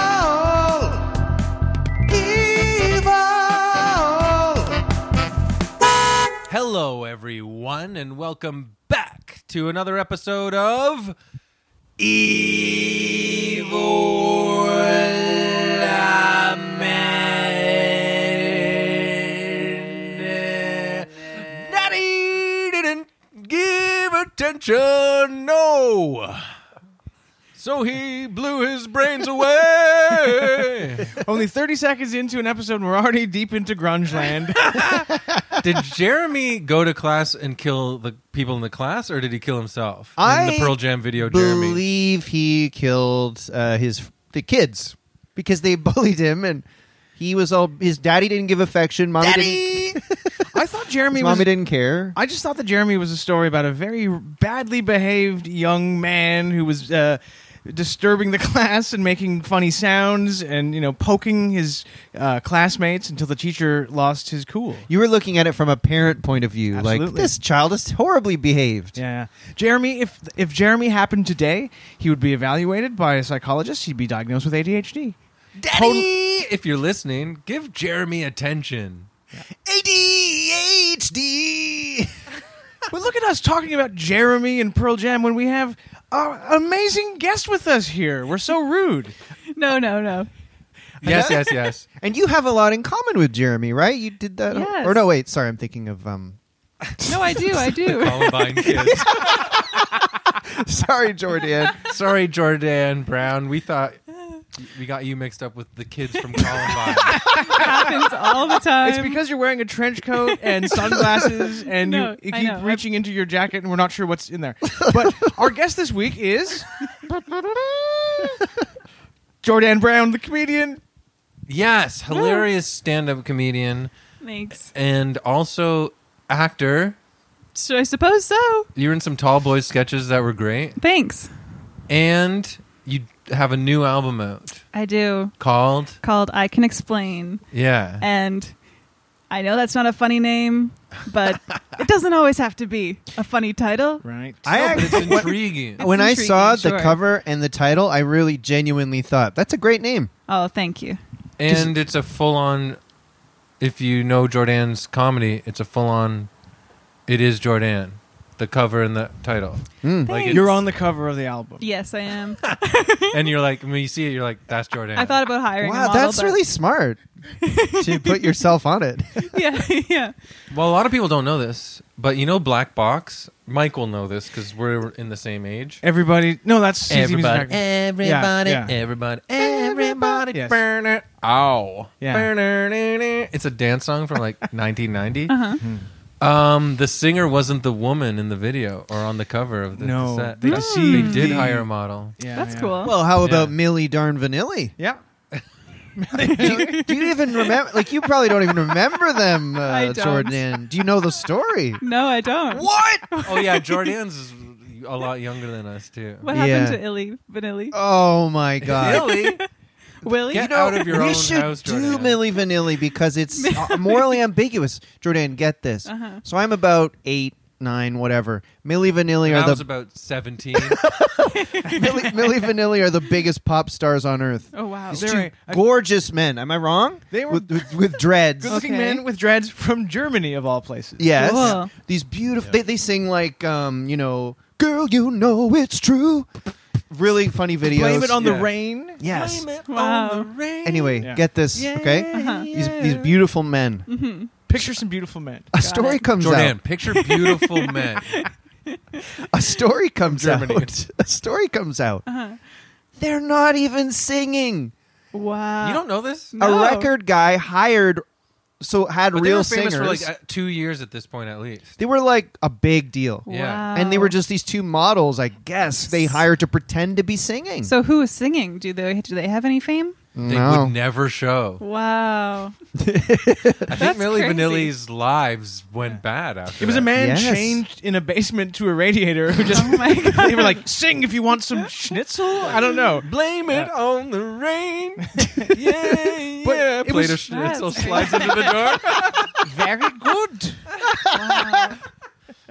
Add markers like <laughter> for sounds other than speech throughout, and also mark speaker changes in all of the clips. Speaker 1: Evil. Evil.
Speaker 2: Hello, everyone, and welcome back to another episode of Evil Daddy didn't give attention, no. So he blew his brains away.
Speaker 3: Only 30 seconds into an episode, and we're already deep into grunge land.
Speaker 2: did Jeremy go to class and kill the people in the class, or did he kill himself? in
Speaker 4: I
Speaker 2: the Pearl Jam video, Jeremy.
Speaker 4: believe he killed uh, his the kids because they <laughs> bullied him and he was all his daddy didn't give affection mommy didn't,
Speaker 3: I thought
Speaker 4: his
Speaker 3: Jeremy was.
Speaker 4: mommy didn't care
Speaker 3: I just thought that Jeremy was a story about a very badly behaved young man who was uh, disturbing the <laughs> class and making funny sounds and, you know, poking his uh, classmates until the teacher lost his cool.
Speaker 4: you were looking at it from a parent point of view like
Speaker 3: Absolutely.
Speaker 4: this child is horribly behaved
Speaker 3: Yeah. Jeremy, if if Jeremy happened today, he would be evaluated by a psychologist. He'd be diagnosed with ADHD.
Speaker 2: Daddy, if you're listening, give Jeremy attention.
Speaker 3: <laughs>
Speaker 4: ADHD
Speaker 3: But look at us talking about Jeremy and Pearl Jam when we have our amazing guest with us here. We're so rude.
Speaker 5: No, no, no.
Speaker 2: Yes, yes, yes.
Speaker 4: <laughs> and you have a lot in common with Jeremy right you did that
Speaker 5: Yes.
Speaker 4: or no wait sorry I'm thinking of um <laughs>
Speaker 5: No, I do,
Speaker 2: <laughs>
Speaker 5: I do.
Speaker 2: Columbine kids.
Speaker 4: sorry
Speaker 5: <laughs>
Speaker 4: Jordan
Speaker 2: Sorry, Jordan Brown. We thought we got you mixed up with the kids from Columbine.
Speaker 5: happens all the time.
Speaker 3: It's because you're wearing a trench
Speaker 5: <laughs>
Speaker 3: coat and sunglasses and
Speaker 5: No,
Speaker 3: you, you
Speaker 5: I
Speaker 3: keep
Speaker 5: know.
Speaker 3: reaching into your jacket and we're not sure what's in there. But our guest this week is Jordan Brown, the comedian.
Speaker 2: yes, hilarious stand-up comedian
Speaker 5: Thanks.
Speaker 2: and also actor.
Speaker 5: So I suppose so.
Speaker 2: You were in some Tall Boys sketches that were great,
Speaker 5: Thanks.
Speaker 2: and you have a new album out
Speaker 5: I do.
Speaker 2: called
Speaker 5: Called I Can Explain.
Speaker 2: Yeah.
Speaker 5: And I know that's not a funny name, but it doesn't always have to be a funny title.
Speaker 3: Right.
Speaker 4: I
Speaker 2: but
Speaker 4: actually,
Speaker 2: it's intriguing.
Speaker 4: when I
Speaker 5: intriguing,
Speaker 4: saw the
Speaker 5: sure.
Speaker 4: cover and the title I really genuinely thought that's a great name
Speaker 5: Oh, thank you.
Speaker 2: and it's a full on. If you know Jordan's comedy, it's a full on. It is Jordan, the cover and the
Speaker 5: <laughs>
Speaker 2: title,
Speaker 4: Mm.
Speaker 2: Like
Speaker 5: Thanks.
Speaker 3: You're on the cover of the album.
Speaker 5: Yes, I am.
Speaker 2: and you're like when you see it, you're like, "That's Jordan."
Speaker 5: I thought about hiring a
Speaker 4: Wow,
Speaker 5: model,
Speaker 4: that's
Speaker 5: but-
Speaker 4: really smart to put yourself on it.
Speaker 5: <laughs> yeah, <laughs> yeah.
Speaker 2: Well, a lot of people don't know this, but you know Black Box. Mike will know this because we're in the same age.
Speaker 3: Everybody, no, that's CZ Music
Speaker 2: Everybody,
Speaker 3: Factory.
Speaker 2: everybody,
Speaker 3: Yeah, yeah.
Speaker 2: everybody, everybody,
Speaker 3: Yes.
Speaker 2: burner. Ow.
Speaker 3: Yeah.
Speaker 2: Burner. It's a dance song from like <laughs> 1990.
Speaker 5: Uh-huh.
Speaker 2: Um, the singer wasn't the woman in the video or on the cover of the
Speaker 3: No,
Speaker 2: set.
Speaker 3: they
Speaker 2: They,
Speaker 3: deceived
Speaker 2: did
Speaker 3: the-
Speaker 2: hire a model.
Speaker 3: Yeah,
Speaker 5: That's
Speaker 3: yeah.
Speaker 5: cool.
Speaker 4: Well, how about
Speaker 2: Yeah.
Speaker 4: Millie Darn Vanilli?
Speaker 3: Yeah.
Speaker 4: Do you, do you even remember? Like, you probably don't even remember them,
Speaker 5: I
Speaker 4: uh,
Speaker 5: don't.
Speaker 4: Jordan. Do you know the story?
Speaker 5: no, I don't. What,
Speaker 2: Oh yeah, Jordan's is a lot younger than us too.
Speaker 4: Yeah.
Speaker 5: happened to Illy Vanilli?
Speaker 4: Oh my God!
Speaker 2: Really?
Speaker 5: Willie?
Speaker 2: Get out of your
Speaker 4: we
Speaker 2: own
Speaker 4: should
Speaker 2: house,
Speaker 4: do
Speaker 2: Jordan.
Speaker 4: Millie Vanilli because it's uh, morally ambiguous. Jordan, get this.
Speaker 5: Uh-huh.
Speaker 4: So I'm about eight, nine, whatever. Millie Vanilli
Speaker 2: I
Speaker 4: are
Speaker 2: was
Speaker 4: the
Speaker 2: about seventeen.
Speaker 4: Millie, Millie Vanilli are the biggest pop stars on earth.
Speaker 5: Oh, wow.
Speaker 4: These
Speaker 3: They're
Speaker 4: two
Speaker 3: a- a-
Speaker 4: gorgeous men. Am I wrong?
Speaker 3: They were-
Speaker 4: with, with, with dreads.
Speaker 3: Good-looking
Speaker 5: Okay.
Speaker 3: men with dreads from Germany, of all places.
Speaker 4: Yes.
Speaker 5: Cool.
Speaker 4: These beautiful. They, they sing like, um, you know, girl, you know it's true. Really funny videos.
Speaker 3: Blame it on
Speaker 2: Yeah.
Speaker 3: the rain.
Speaker 4: Yes.
Speaker 5: Wow.
Speaker 4: Anyway,
Speaker 3: Yeah.
Speaker 4: get this, okay?
Speaker 5: Uh-huh.
Speaker 4: These these
Speaker 3: <laughs>
Speaker 4: beautiful men.
Speaker 3: Picture some beautiful men.
Speaker 4: A story comes
Speaker 2: Jordan, picture beautiful men.
Speaker 4: out. A story comes
Speaker 2: Germany.
Speaker 4: out. <laughs> A story comes out.
Speaker 3: Uh-huh.
Speaker 4: They're not even singing.
Speaker 5: Wow. Uh,
Speaker 2: You don't know this?
Speaker 5: No.
Speaker 4: A record guy hired so had
Speaker 2: But they
Speaker 4: real
Speaker 2: were famous
Speaker 4: singers.
Speaker 2: for like uh, two years at this point at least.
Speaker 4: they were like a big deal.
Speaker 2: Yeah.
Speaker 4: And they were
Speaker 5: Wow.
Speaker 4: just these two models, I guess, they hired to pretend to be singing.
Speaker 5: So who is singing? Do they do they have any fame?
Speaker 2: They
Speaker 4: No.
Speaker 2: would never show.
Speaker 4: <laughs>
Speaker 5: Wow.
Speaker 2: I think Millie
Speaker 5: crazy.
Speaker 2: Vanilli's lives went bad after.
Speaker 3: It was a
Speaker 2: that.
Speaker 3: man
Speaker 4: Yes.
Speaker 3: changed in a basement to a radiator who <laughs> just.
Speaker 5: Oh my <laughs> god.
Speaker 3: they were like, sing if you want some schnitzel. I don't know.
Speaker 2: Blame it on the <laughs> rain. yeah,
Speaker 3: But
Speaker 2: yeah.
Speaker 3: it
Speaker 2: Play
Speaker 3: was-
Speaker 2: the schnitzel
Speaker 5: That's
Speaker 2: slides into the <laughs> door.
Speaker 3: <laughs> Very good.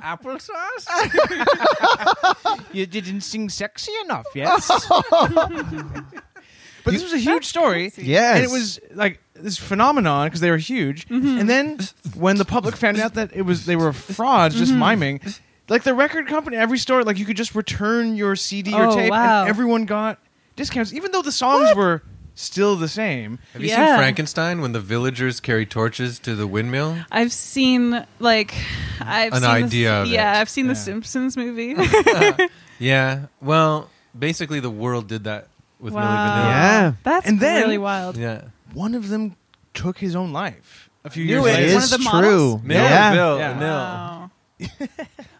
Speaker 2: Applesauce.
Speaker 3: You didn't sing sexy enough, yes? <laughs> but this was a huge story.
Speaker 4: Yes.
Speaker 3: And it was like this phenomenon because they were huge. And then when the public found out that it was they were frauds, just miming, like the record company, every store, like you could just return your CD or
Speaker 5: Oh,
Speaker 3: tape,
Speaker 5: wow.
Speaker 3: and everyone got discounts, even though the songs were still the same.
Speaker 2: Have you
Speaker 5: Yeah.
Speaker 2: seen Frankenstein when the villagers carry torches to the windmill?
Speaker 5: I've seen like I've
Speaker 2: An
Speaker 5: seen the-
Speaker 2: idea of
Speaker 5: yeah,
Speaker 2: it.
Speaker 5: I've seen the
Speaker 3: Yeah.
Speaker 5: Simpsons movie.
Speaker 2: Yeah. Well, basically the world did that with
Speaker 5: <laughs> wow.
Speaker 2: Millie
Speaker 4: Yeah.
Speaker 5: That's
Speaker 3: And then-
Speaker 5: really wild.
Speaker 2: Vanilli. Yeah.
Speaker 3: One of them took his own life a few years
Speaker 2: Knew it.
Speaker 4: it
Speaker 3: later.
Speaker 4: is
Speaker 5: One of the
Speaker 4: true.
Speaker 5: models?
Speaker 2: Mill,
Speaker 4: yeah.
Speaker 2: Bill,
Speaker 3: Yeah.
Speaker 2: Mill.
Speaker 5: Wow.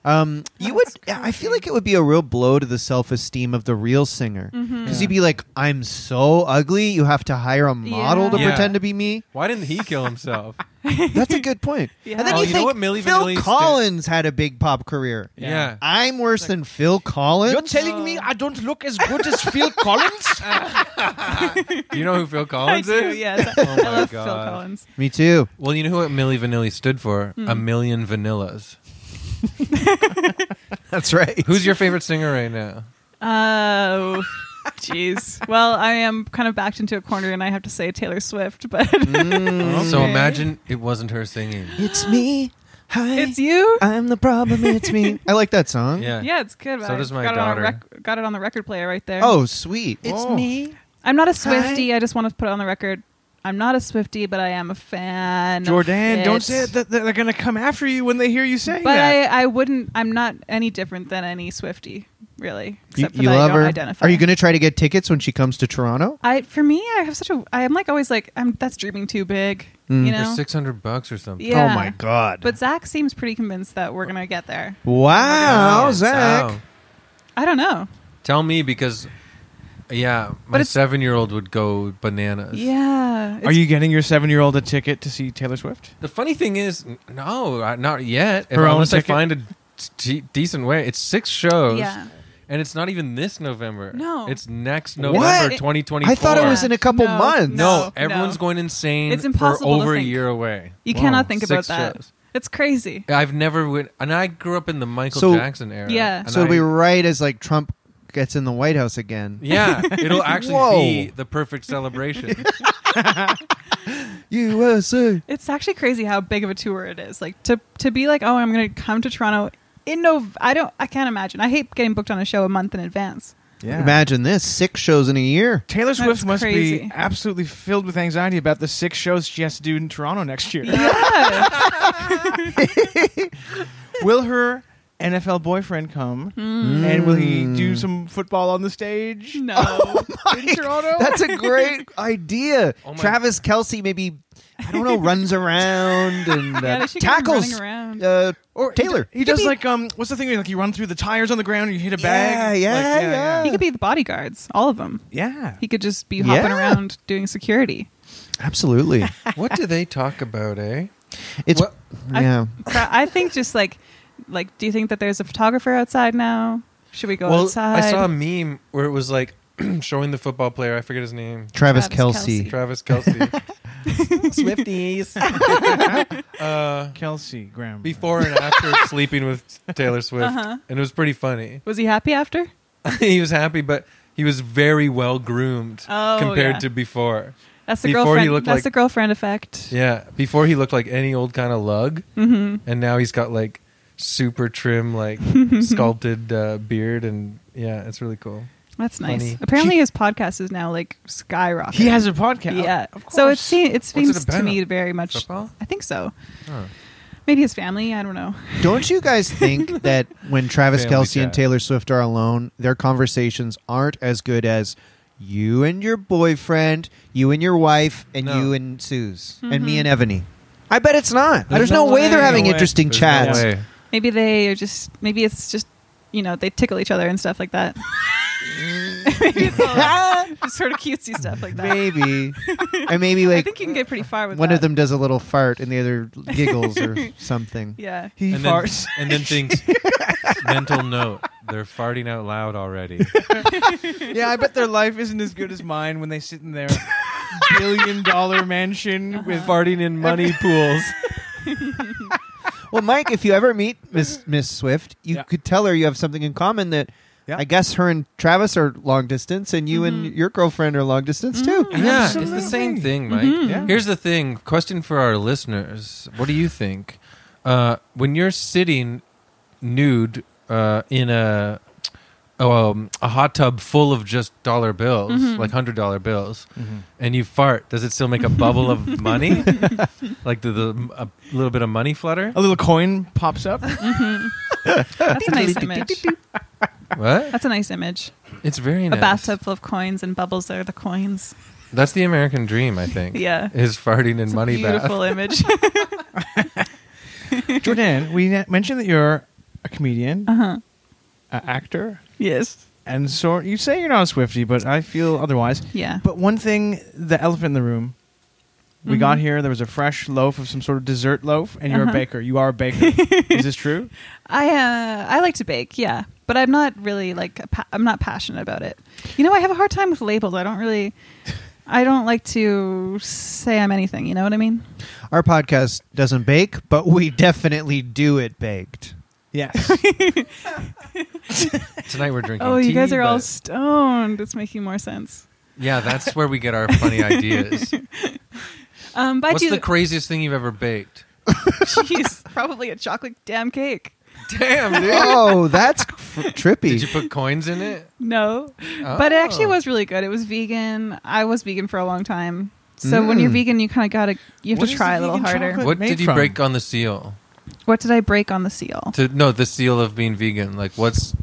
Speaker 4: Um, you would. I feel like it would be a real blow to the self-esteem of the real singer because he'd be like, "I'm so ugly. You have to hire a model to
Speaker 2: Yeah.
Speaker 4: pretend to be me."
Speaker 2: Why didn't he kill himself?
Speaker 4: That's a good point. <laughs>
Speaker 5: Yeah.
Speaker 4: And then
Speaker 5: Oh,
Speaker 4: you,
Speaker 2: you know
Speaker 4: think
Speaker 2: what Milli
Speaker 4: Phil
Speaker 2: Vanilli's
Speaker 4: Collins had a big pop career.
Speaker 2: <laughs> yeah.
Speaker 4: I'm worse than Phil Collins.
Speaker 3: You're telling me I don't look as good as <laughs> Phil Collins?
Speaker 2: <laughs> You know who Phil
Speaker 5: <laughs> I
Speaker 2: Collins
Speaker 5: do,
Speaker 2: is?
Speaker 5: yes.
Speaker 2: <laughs> Oh my
Speaker 5: I love Phil
Speaker 2: God.
Speaker 5: Collins. Hmm.
Speaker 4: me too.
Speaker 2: Well, you know what Millie Vanilli stood for? A million vanillas.
Speaker 4: That's right.
Speaker 2: Who's your favorite singer right now?
Speaker 5: Oh, jeez. Well, I am kind of backed into a corner, and I have to say Taylor Swift, but
Speaker 2: So imagine it wasn't her singing.
Speaker 4: It's me. Hi.
Speaker 5: <laughs> it's
Speaker 4: <laughs>
Speaker 5: you.
Speaker 4: I'm the problem. It's me. <laughs> I like that song.
Speaker 2: Yeah.
Speaker 5: Yeah, it's good.
Speaker 2: So
Speaker 5: I
Speaker 2: does my
Speaker 5: got It on a
Speaker 2: daughter.
Speaker 5: rec- got it on the record player right there.
Speaker 4: Oh, sweet. It's
Speaker 3: me.
Speaker 5: I'm not a Swifty. I just want to put it on the record. I'm not a Swifty, but I am a fan. of
Speaker 3: Jordan, don't
Speaker 5: it.
Speaker 3: say it. That that they're going to come after you when they hear you saying
Speaker 5: But
Speaker 3: that.
Speaker 5: I, I wouldn't. I'm not any different than any Swifty, really.
Speaker 4: You,
Speaker 5: Except for
Speaker 4: you
Speaker 5: that
Speaker 4: love
Speaker 5: I don't
Speaker 4: her.
Speaker 5: Identify.
Speaker 4: Are you going to try to get tickets when she comes to Toronto?
Speaker 5: I for me, I have such a. I am like always like I'm. That's dreaming too big. You
Speaker 2: For
Speaker 5: know.
Speaker 2: 600 bucks or something.
Speaker 5: yeah.
Speaker 4: Mm, Oh my god.
Speaker 5: But Zach seems pretty convinced that we're gonna get there.
Speaker 4: wow, Zach.
Speaker 2: Wow.
Speaker 5: I don't know.
Speaker 2: Tell me because, yeah, my
Speaker 5: it's-
Speaker 2: seven year old would go bananas.
Speaker 5: Yeah.
Speaker 3: Are you getting your seven-year-old a ticket to see Taylor Swift?
Speaker 2: The funny thing is, n- no, I- not yet. If,
Speaker 3: Her own
Speaker 2: unless I
Speaker 3: ticket?
Speaker 2: find a d- decent way. It's six shows.
Speaker 5: Yeah.
Speaker 2: And it's not even this November.
Speaker 5: No.
Speaker 2: It's next
Speaker 4: What?
Speaker 2: November
Speaker 4: It-
Speaker 2: 2024.
Speaker 4: I thought it was in a couple
Speaker 5: No,
Speaker 4: months.
Speaker 2: No,
Speaker 5: No,
Speaker 2: everyone's
Speaker 5: no.
Speaker 2: going insane.
Speaker 5: It's impossible to
Speaker 2: We're over a
Speaker 5: think.
Speaker 2: year away.
Speaker 5: You
Speaker 4: Wow.
Speaker 5: cannot think about
Speaker 2: Six
Speaker 5: that.
Speaker 2: shows.
Speaker 5: It's crazy.
Speaker 2: I've never went, and I grew up in the Michael
Speaker 4: So-
Speaker 2: Jackson era.
Speaker 5: Yeah.
Speaker 2: and
Speaker 4: So
Speaker 2: I-
Speaker 4: it'll be right as like Trump gets in the White House again.
Speaker 2: <laughs> Yeah, <laughs> it'll actually
Speaker 4: Whoa.
Speaker 2: be the perfect
Speaker 5: <laughs>
Speaker 2: celebration.
Speaker 4: USA.
Speaker 5: It's actually crazy how big of a tour it is. Like to to be like, oh, I'm gonna come to Toronto in Nov. I don't. I can't imagine. I hate getting booked on a show a month in advance.
Speaker 3: Yeah.
Speaker 4: Imagine this: six shows in
Speaker 3: <laughs>
Speaker 4: a year.
Speaker 3: Taylor Swift must
Speaker 5: crazy.
Speaker 3: be absolutely filled with anxiety about the six shows she has to do in Toronto next
Speaker 5: <laughs>
Speaker 3: year.
Speaker 5: Yeah.
Speaker 3: will her NFL boyfriend come? And will he do some football on the stage? <laughs>
Speaker 5: no. in Toronto.
Speaker 4: That's a great idea.
Speaker 2: Oh my-
Speaker 4: Travis Kelsey maybe I don't know runs around and uh,
Speaker 5: Yeah, they should get him
Speaker 4: tackles
Speaker 5: running around.
Speaker 4: Uh, or Taylor.
Speaker 3: He does like um, what's the thing? where, Like you run through the tires on the ground and you hit a bag.
Speaker 4: Yeah,
Speaker 3: Like,
Speaker 4: yeah, yeah.
Speaker 5: he could be the bodyguards, all of them.
Speaker 3: yeah.
Speaker 5: He could just be hopping
Speaker 4: Yeah.
Speaker 5: around doing security.
Speaker 4: Absolutely.
Speaker 2: what do they talk about, eh?
Speaker 4: It's
Speaker 2: What-
Speaker 4: yeah.
Speaker 5: So I think just like, like, do you think that there's a photographer outside now? Should we go
Speaker 2: well,
Speaker 5: outside?
Speaker 2: I saw a meme where it was like <clears throat> showing the football player. I forget his name.
Speaker 4: Travis,
Speaker 5: Travis
Speaker 4: Kelsey.
Speaker 5: Kelce.
Speaker 2: Travis Kelsey.
Speaker 5: <laughs>
Speaker 2: Swifties. <laughs> uh,
Speaker 3: Kelsey Graham.
Speaker 2: before and
Speaker 5: <laughs>
Speaker 2: after sleeping with Taylor Swift,
Speaker 5: Uh-huh.
Speaker 2: and it was pretty funny. <laughs>
Speaker 5: Was he happy after?
Speaker 2: he was happy, but he was very well groomed
Speaker 5: Oh,
Speaker 2: compared
Speaker 5: yeah.
Speaker 2: to before.
Speaker 5: That's the
Speaker 2: Before he
Speaker 5: girlfriend.
Speaker 2: looked
Speaker 5: That's
Speaker 2: like-
Speaker 5: the girlfriend effect.
Speaker 2: Yeah, before he looked like any old kind of lug,
Speaker 5: hmm
Speaker 2: and now he's got like super trim,
Speaker 5: <laughs>
Speaker 2: like sculpted uh, beard, and yeah, it's really cool.
Speaker 5: That's nice.
Speaker 2: Funny.
Speaker 5: Apparently, his podcast is now like skyrocketing.
Speaker 3: he has a podcast.
Speaker 5: yeah.
Speaker 3: Of course.
Speaker 5: So it seems it seems to
Speaker 2: about?
Speaker 5: me very much.
Speaker 2: Football?
Speaker 5: I think so. Maybe his family. I don't know.
Speaker 4: Don't you guys
Speaker 2: <laughs>
Speaker 4: think that when Travis
Speaker 2: Family
Speaker 4: Kelsey and
Speaker 2: chat.
Speaker 4: Taylor Swift are alone, their conversations aren't as good as you and your boyfriend, you and your wife, and
Speaker 2: No.
Speaker 5: Mm-hmm.
Speaker 4: you and Suze, and me and Ebony? I bet it's not. There's,
Speaker 2: There's
Speaker 4: no,
Speaker 2: no
Speaker 4: way,
Speaker 2: way.
Speaker 4: they're having
Speaker 3: No way.
Speaker 4: interesting
Speaker 2: There's no
Speaker 4: chats.
Speaker 2: way.
Speaker 5: Maybe they are just. Maybe it's just. You know, they tickle each other and stuff like that. <laughs> maybe it's all just sort of cutesy stuff like that. <laughs>
Speaker 4: Maybe, or maybe
Speaker 5: I
Speaker 4: like
Speaker 5: think you can get pretty far with
Speaker 4: one
Speaker 5: that.
Speaker 4: of them does a little fart and the other giggles
Speaker 5: <laughs>
Speaker 4: or something.
Speaker 5: Yeah.
Speaker 3: He
Speaker 2: and
Speaker 3: farts. <laughs>
Speaker 2: Then, and then thinks, mental note, they're farting out loud already.
Speaker 3: yeah, I bet their life isn't as good as mine when they sit in their billion dollar mansion with
Speaker 2: <laughs> farting in
Speaker 3: <laughs>
Speaker 2: money pools.
Speaker 4: Well, Mike, if you ever meet Miss Miss Swift, you
Speaker 3: Yeah.
Speaker 4: could tell her you have something in common that
Speaker 3: Yeah.
Speaker 4: I guess her and Travis are long distance, and you and
Speaker 5: Mm-hmm.
Speaker 4: your girlfriend are long distance too.
Speaker 2: Yeah, it's the
Speaker 3: Absolutely.
Speaker 2: same thing, Mike.
Speaker 5: Mm-hmm.
Speaker 3: Yeah.
Speaker 2: Here's the thing question for our listeners What do you think? Uh, when you're sitting nude uh, in a um, a hot tub full of just dollar bills,
Speaker 5: Mm-hmm.
Speaker 2: like hundred dollar bills, and you fart, does it still make a bubble
Speaker 5: <laughs>
Speaker 2: of money? like the, the a little bit of money flutter?
Speaker 3: a little coin pops up.
Speaker 5: That's a nice image.
Speaker 2: What?
Speaker 5: That's a nice image.
Speaker 2: It's very
Speaker 5: A
Speaker 2: nice.
Speaker 5: bathtub full of coins and bubbles are the coins.
Speaker 2: That's the American dream, I think.
Speaker 5: Yeah.
Speaker 2: Is farting in money bath.
Speaker 5: Beautiful image.
Speaker 3: Jordan, we na- mentioned that you're a comedian,
Speaker 5: uh huh.
Speaker 3: an actor,
Speaker 5: Yes.
Speaker 3: and sort. You say you're not a Swifty, but I feel otherwise.
Speaker 5: Yeah.
Speaker 3: But one thing, the elephant in the room. We got here. There was a fresh loaf of some sort of dessert loaf, and you're a
Speaker 5: Mm-hmm. Uh-huh.
Speaker 3: baker. You are a
Speaker 5: <laughs>
Speaker 3: baker. Is this true?
Speaker 5: I uh, I like to bake, yeah, but I'm not really like a pa- I'm not passionate about it. You know, I have a hard time with labels. I don't really, I don't like to say I'm anything. You know what I mean?
Speaker 4: Our podcast doesn't bake, but we definitely do it baked.
Speaker 5: <laughs>
Speaker 3: Yes.
Speaker 2: Tonight we're drinking.
Speaker 5: Oh, you
Speaker 2: tea,
Speaker 5: guys are all
Speaker 2: but-
Speaker 5: stoned. It's making more sense.
Speaker 2: Yeah, that's where we get our
Speaker 5: <laughs>
Speaker 2: funny ideas.
Speaker 5: Um, but I
Speaker 2: What's
Speaker 5: do.
Speaker 2: the
Speaker 5: <laughs>
Speaker 2: craziest thing you've ever baked?
Speaker 5: Jeez, probably a chocolate damn cake.
Speaker 2: <laughs> Damn, dude.
Speaker 4: oh,
Speaker 5: <laughs>
Speaker 4: that's f- trippy.
Speaker 2: Did you put coins in it?
Speaker 5: No, but it actually
Speaker 2: Oh.
Speaker 5: was really good. It was vegan. I was vegan for a long time. So when you're
Speaker 4: Mm.
Speaker 5: vegan, you kind of gotta you have
Speaker 3: What
Speaker 5: to
Speaker 3: is
Speaker 5: try
Speaker 3: the
Speaker 5: a little
Speaker 3: vegan
Speaker 5: harder.
Speaker 3: chocolate?
Speaker 2: What
Speaker 3: made
Speaker 2: did you
Speaker 3: from?
Speaker 2: break on the seal?
Speaker 5: What did I break on the seal?
Speaker 2: To no, the seal of being vegan. Like what's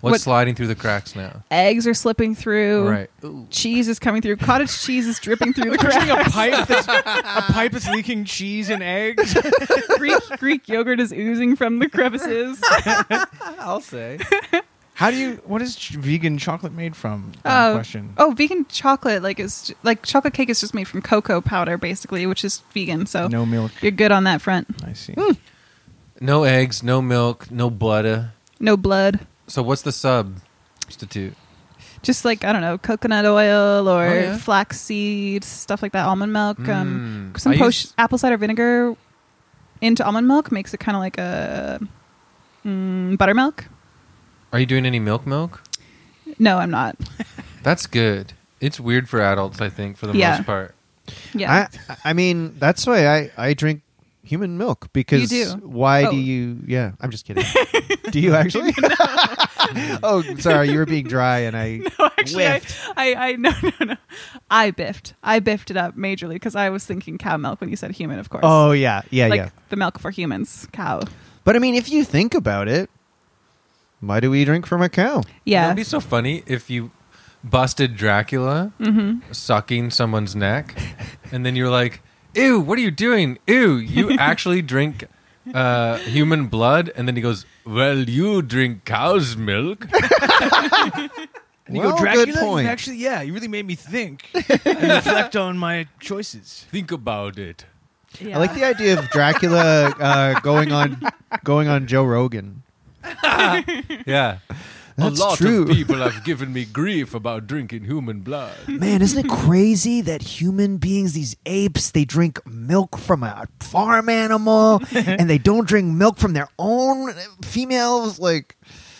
Speaker 2: what's
Speaker 5: What-
Speaker 2: sliding through the cracks now?
Speaker 5: Eggs are slipping through.
Speaker 2: Right.
Speaker 5: cheese is coming through. Cottage cheese is dripping through the
Speaker 3: Pushing a
Speaker 5: cracks.
Speaker 3: pipe that's a pipe that's leaking cheese and eggs.
Speaker 5: <laughs> Greek, Greek yogurt is oozing from the crevices.
Speaker 2: I'll say.
Speaker 3: How do you? What is ch- vegan chocolate made from? Dumb
Speaker 5: Oh.
Speaker 3: question.
Speaker 5: <laughs> Oh, vegan chocolate like is like chocolate cake is just made from cocoa powder basically, which is vegan. So
Speaker 3: No milk.
Speaker 5: you're good on that front.
Speaker 3: I see.
Speaker 5: Hmm.
Speaker 2: No eggs, no milk, no butter.
Speaker 5: No blood.
Speaker 2: So what's the substitute?
Speaker 5: Just like I don't know, coconut oil or
Speaker 2: Oh, yeah.
Speaker 5: flax seeds, stuff like that. Almond milk, um,
Speaker 2: Mm.
Speaker 5: some
Speaker 2: I
Speaker 5: po-
Speaker 2: used-
Speaker 5: apple cider vinegar into almond milk makes it kind of like a mm, buttermilk.
Speaker 2: Are you doing any milk milk?
Speaker 5: No, I'm not.
Speaker 2: That's good. It's weird for adults, I think, for the
Speaker 5: Yeah.
Speaker 2: most part.
Speaker 5: Yeah.
Speaker 4: I, I mean, that's why I, I drink human milk because
Speaker 5: do.
Speaker 4: why
Speaker 5: Oh.
Speaker 4: do you? Yeah, I'm just
Speaker 5: <laughs>
Speaker 4: kidding. do you actually? <laughs> oh, sorry, you were being dry, and
Speaker 5: <laughs>
Speaker 4: I
Speaker 5: actually, I,
Speaker 4: whiffed.
Speaker 5: I, I, <laughs> no, no, no. I biffed. I biffed it up majorly because I was thinking cow milk when you said human, of course.
Speaker 4: Oh yeah, yeah,
Speaker 5: like
Speaker 4: yeah.
Speaker 5: the milk for humans, cow.
Speaker 4: But I mean, if you think about it, why do we drink from a cow?
Speaker 5: Yeah.
Speaker 2: That'd be so funny if you busted Dracula
Speaker 5: Mm-hmm.
Speaker 2: sucking someone's neck, and then you're like, "Ew, what are you doing? Ew,
Speaker 5: <laughs>
Speaker 2: you actually drink uh, human blood?" And then he goes, "Well, you drink cow's milk."
Speaker 3: And
Speaker 4: Well,
Speaker 3: you go, Dracula,
Speaker 4: good
Speaker 3: you
Speaker 4: point.
Speaker 3: actually, yeah, you really made me think and reflect on my choices.
Speaker 2: Think about it.
Speaker 5: yeah.
Speaker 4: I like the idea of Dracula uh, going on going on Joe Rogan.
Speaker 2: Yeah,
Speaker 4: That's
Speaker 2: a lot
Speaker 4: true.
Speaker 2: of people have given me grief about drinking human blood.
Speaker 4: Man, isn't it crazy that human beings, these apes, they drink milk from a farm animal and they don't drink milk from their own females? Like,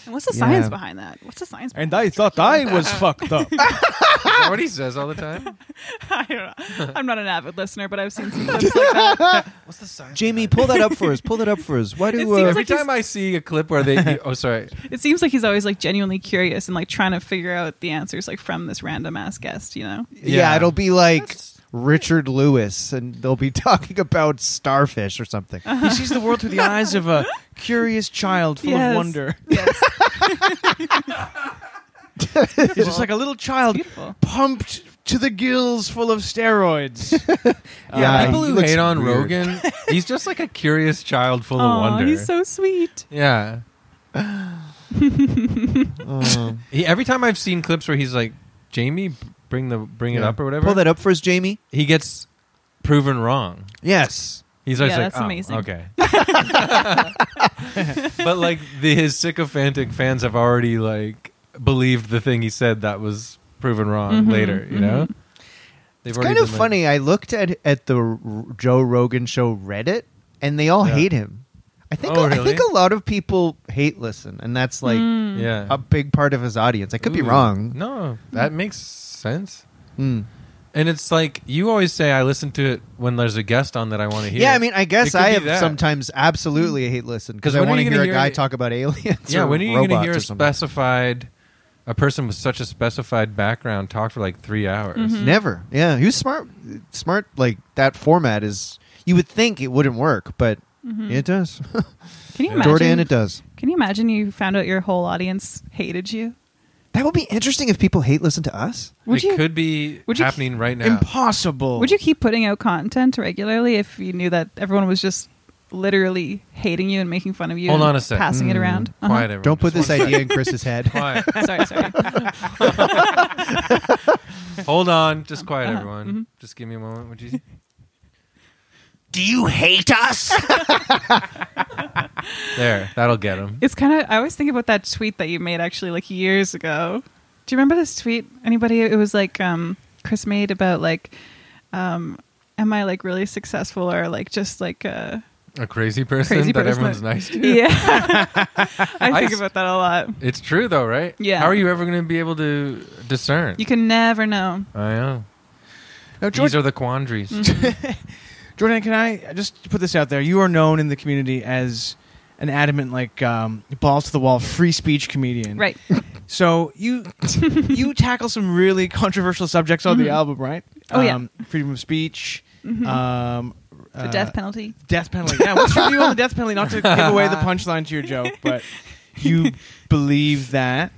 Speaker 5: and what's the
Speaker 4: Yeah.
Speaker 5: science behind that? What's the science? behind
Speaker 3: And I thought I was fucked up.
Speaker 2: <laughs> Is that what he says all the time?
Speaker 5: <laughs> I don't know. I'm not an avid listener, but I've
Speaker 4: <laughs>
Speaker 5: seen some clips like that.
Speaker 2: What's the sign?
Speaker 4: Jamie, pull that up for us. Pull that up for us. Why
Speaker 5: It
Speaker 4: do uh,
Speaker 5: seems
Speaker 2: Every
Speaker 5: like he's-
Speaker 2: time I see a clip where they, oh sorry,
Speaker 5: It seems like he's always like genuinely curious and like trying to figure out the answers like from this random ass guest, you know?
Speaker 4: yeah. it'll be like Richard Lewis, and they'll be <laughs> talking about starfish or something.
Speaker 3: he sees the world through
Speaker 5: <laughs>
Speaker 3: the eyes of a curious child full
Speaker 5: Yes.
Speaker 3: of wonder.
Speaker 5: Yes.
Speaker 3: <laughs> He's just like a little child
Speaker 4: Oh,
Speaker 5: Beautiful.
Speaker 3: pumped to the gills full of steroids.
Speaker 4: Yeah,
Speaker 2: Uh, people
Speaker 4: Uh, he
Speaker 2: who
Speaker 4: looks
Speaker 2: hate on
Speaker 4: weird.
Speaker 2: Rogan, he's just like a curious child full of
Speaker 5: Aw,
Speaker 2: wonder.
Speaker 5: he's so sweet.
Speaker 2: yeah.
Speaker 4: Uh,
Speaker 2: He, every time I've seen clips where he's like, "Jamie, bring the bring it
Speaker 4: yeah.
Speaker 2: up" or whatever,
Speaker 4: Pull that up for us, Jamie.
Speaker 2: he gets proven wrong.
Speaker 4: Yes.
Speaker 2: He's always
Speaker 5: Yeah,
Speaker 2: like,
Speaker 5: that's
Speaker 2: "Oh,
Speaker 5: amazing."
Speaker 2: Okay. <laughs> but like the, his sycophantic fans have already like believed the thing he said that was proven wrong
Speaker 5: Mhm,
Speaker 2: later. You know, They've
Speaker 4: It's
Speaker 2: already
Speaker 4: kind of
Speaker 2: been, like-
Speaker 4: funny. I looked at at the R- Joe Rogan show Reddit, and they all
Speaker 2: Yeah.
Speaker 4: hate him. I think
Speaker 2: Oh,
Speaker 4: I
Speaker 2: really?
Speaker 4: think a lot of people hate listen, and that's like
Speaker 5: Mm.
Speaker 2: yeah,
Speaker 4: a big part of his audience. I could be
Speaker 2: Ooh.
Speaker 4: wrong.
Speaker 2: No,
Speaker 5: Mm.
Speaker 2: that makes sense.
Speaker 4: Hmm.
Speaker 2: And it's like you always say, I listen to it when there's a guest on that I want to hear.
Speaker 4: Yeah, I mean, I
Speaker 2: It
Speaker 4: guess
Speaker 2: could
Speaker 4: I
Speaker 2: be
Speaker 4: have
Speaker 2: that.
Speaker 4: sometimes absolutely hate listen because I
Speaker 2: When are
Speaker 4: want to
Speaker 2: you gonna
Speaker 4: hear a
Speaker 2: hear
Speaker 4: guy
Speaker 2: it-
Speaker 4: talk about aliens.
Speaker 2: yeah.
Speaker 4: or
Speaker 2: When are you going to
Speaker 4: robots
Speaker 2: hear
Speaker 4: or
Speaker 2: a
Speaker 4: something.
Speaker 2: specified, a person with such a specified background talk for like three hours?
Speaker 4: Mm-hmm.
Speaker 5: Mm-hmm.
Speaker 4: Never. Yeah, he was smart. Smart. Like that format is. You would think it wouldn't work, but it does. <laughs>
Speaker 5: Can you imagine?
Speaker 4: Jordan, it does.
Speaker 5: Can you imagine you found out your whole audience hated you?
Speaker 4: That would be interesting if people hate listen to us.
Speaker 5: Would
Speaker 2: it
Speaker 5: you
Speaker 2: could be
Speaker 5: would you-
Speaker 2: happening right now.
Speaker 3: Impossible.
Speaker 5: Would you keep putting out content regularly if you knew that everyone was just literally hating you and making fun of you?
Speaker 2: Hold
Speaker 5: and
Speaker 2: on a sec.
Speaker 5: Passing it around. Uh-huh.
Speaker 2: Quiet, everyone.
Speaker 4: Don't put
Speaker 2: Just
Speaker 4: this
Speaker 2: one
Speaker 4: idea in
Speaker 2: <laughs>
Speaker 4: Chris's head.
Speaker 2: sec.
Speaker 4: <laughs>
Speaker 2: Quiet.
Speaker 5: sorry, sorry.
Speaker 2: Hold on. Just quiet,
Speaker 5: uh-huh,
Speaker 2: everyone. Just give me a moment. Would
Speaker 4: <laughs>
Speaker 2: you?
Speaker 1: Do you hate us?
Speaker 2: <laughs> There. That'll get him.
Speaker 5: It's kind of. I always think about that tweet that you made actually like years ago. Do you remember this tweet? Anybody? It was like um, Chris made about like, um, am I like really successful or like just like a
Speaker 2: A crazy person
Speaker 5: crazy
Speaker 2: that
Speaker 5: person?
Speaker 2: everyone's nice to.
Speaker 5: Yeah, <laughs> I
Speaker 2: I
Speaker 5: think
Speaker 2: s-
Speaker 5: about that a lot.
Speaker 2: It's true though, right?
Speaker 5: Yeah.
Speaker 2: How are you ever going to be able to discern?
Speaker 5: You can never know.
Speaker 2: I know.
Speaker 3: No,
Speaker 2: These
Speaker 3: Jordan,
Speaker 2: are the quandaries.
Speaker 3: Jordan, can I just to put this out there? You are known in the community as an adamant, like um, balls to the wall, free speech comedian.
Speaker 5: Right.
Speaker 3: So
Speaker 5: <laughs>
Speaker 3: you you tackle some really controversial subjects on the album, right?
Speaker 5: Oh, yeah. Mm-hmm.
Speaker 3: um, freedom of speech. Um,
Speaker 5: The
Speaker 3: uh,
Speaker 5: death penalty.
Speaker 3: Death penalty. Yeah, what's your view on the death penalty? Not
Speaker 5: <laughs>
Speaker 3: to give away the punchline to your joke, but you believe that.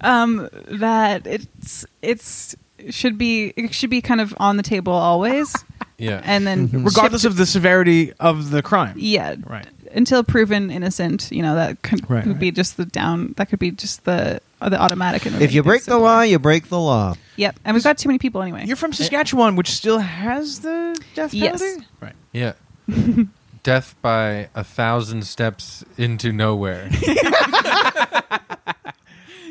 Speaker 5: um, that it's it's should be it should be kind of on the table always,
Speaker 2: Yeah.
Speaker 5: and then
Speaker 3: regardless of the severity of the crime.
Speaker 5: yeah,
Speaker 3: Right.
Speaker 5: until proven innocent. You know that could,
Speaker 3: Right,
Speaker 5: could
Speaker 3: right.
Speaker 5: be just the down. That could be just the uh, the automatic. and
Speaker 4: If you
Speaker 5: everything
Speaker 4: break the
Speaker 5: similar.
Speaker 4: law, you break the law.
Speaker 5: yep. And we've got too many people anyway.
Speaker 3: You're from Saskatchewan, which still has the death
Speaker 5: Yes.
Speaker 3: penalty. Right.
Speaker 2: Yeah. Death by a thousand steps into nowhere.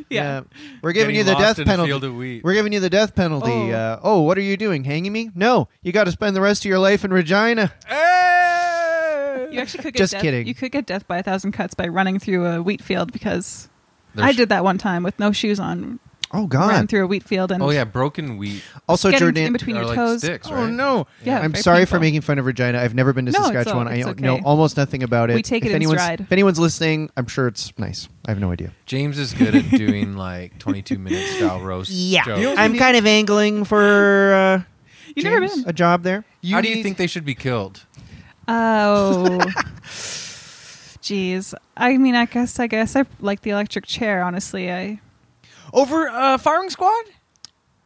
Speaker 5: yeah.
Speaker 4: We're giving
Speaker 2: Getting
Speaker 4: you the
Speaker 2: lost
Speaker 4: death
Speaker 2: in a
Speaker 4: penalty.
Speaker 2: field of wheat.
Speaker 4: We're giving you the death penalty. Oh.
Speaker 5: Oh.
Speaker 4: Uh, oh, what are you doing? Hanging me? No, you got to spend the rest of your life in Regina.
Speaker 5: You actually could get
Speaker 4: Just
Speaker 5: death,
Speaker 4: kidding.
Speaker 5: You could get death by a thousand cuts by running through a wheat field because I
Speaker 2: There's-
Speaker 5: did that one time with no shoes on.
Speaker 4: Oh
Speaker 5: Ran
Speaker 4: God.
Speaker 5: through a wheat field and
Speaker 2: Oh yeah, broken wheat.
Speaker 4: also,
Speaker 5: getting
Speaker 4: Jordan.
Speaker 5: in between
Speaker 2: are
Speaker 5: your
Speaker 2: like
Speaker 5: toes.
Speaker 2: sticks,
Speaker 3: Oh
Speaker 2: right?
Speaker 3: no.
Speaker 5: Yeah,
Speaker 4: I'm
Speaker 5: very
Speaker 4: sorry for
Speaker 5: painful.
Speaker 4: making fun of Regina. I've never been to
Speaker 5: No, it's all-
Speaker 4: Saskatchewan.
Speaker 5: it's
Speaker 4: I don't
Speaker 5: okay.
Speaker 4: know almost nothing about it.
Speaker 5: We take it
Speaker 4: if
Speaker 5: in
Speaker 4: anyone's,
Speaker 5: stride.
Speaker 4: If anyone's listening, I'm sure it's nice. I have no idea.
Speaker 2: James is good at doing like 22 minute style roast. jokes.
Speaker 4: I'm kind of angling for uh,
Speaker 5: You've never been.
Speaker 4: a job there.
Speaker 2: How do you think they should be killed?
Speaker 4: <laughs>
Speaker 5: Oh. Jeez. I mean, I guess I guess I like the electric chair, honestly. I
Speaker 3: Over uh, firing squad?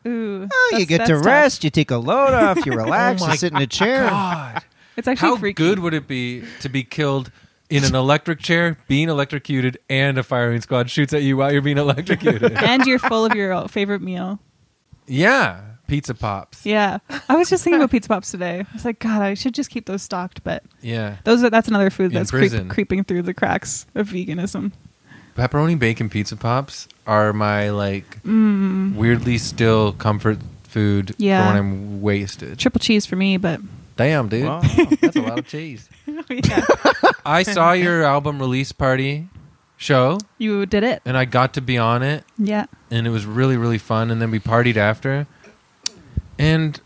Speaker 5: ooh.
Speaker 4: Oh, you
Speaker 5: that's-
Speaker 4: get
Speaker 5: that's
Speaker 4: to
Speaker 5: tough.
Speaker 4: rest. You take a load off. You relax. you sit in a chair.
Speaker 2: God,
Speaker 5: It's actually
Speaker 2: how
Speaker 5: freaky.
Speaker 2: good would it be to be killed in an electric chair, being electrocuted, and a firing squad shoots at you while you're being electrocuted?
Speaker 5: <laughs> and you're full of your favorite meal.
Speaker 2: <laughs> yeah, pizza pops.
Speaker 5: Yeah. I was just thinking about pizza pops today. I was like, God, I should just keep those stocked, but
Speaker 2: Yeah,
Speaker 5: those are that's another food
Speaker 2: In
Speaker 5: that's creep,
Speaker 2: prison.
Speaker 5: creeping through the cracks of veganism.
Speaker 2: pepperoni bacon pizza pops are my like weirdly still comfort food
Speaker 5: Yeah.
Speaker 2: for when I'm wasted.
Speaker 5: Triple cheese for me, but <laughs>
Speaker 2: Damn, dude, <laughs>
Speaker 3: Wow.
Speaker 2: that's a lot of cheese.
Speaker 5: yeah.
Speaker 2: I <laughs> saw your album release party show,
Speaker 5: you did it.
Speaker 2: and I got to be on it.
Speaker 5: Yeah.
Speaker 2: and it was really really fun and then we partied after and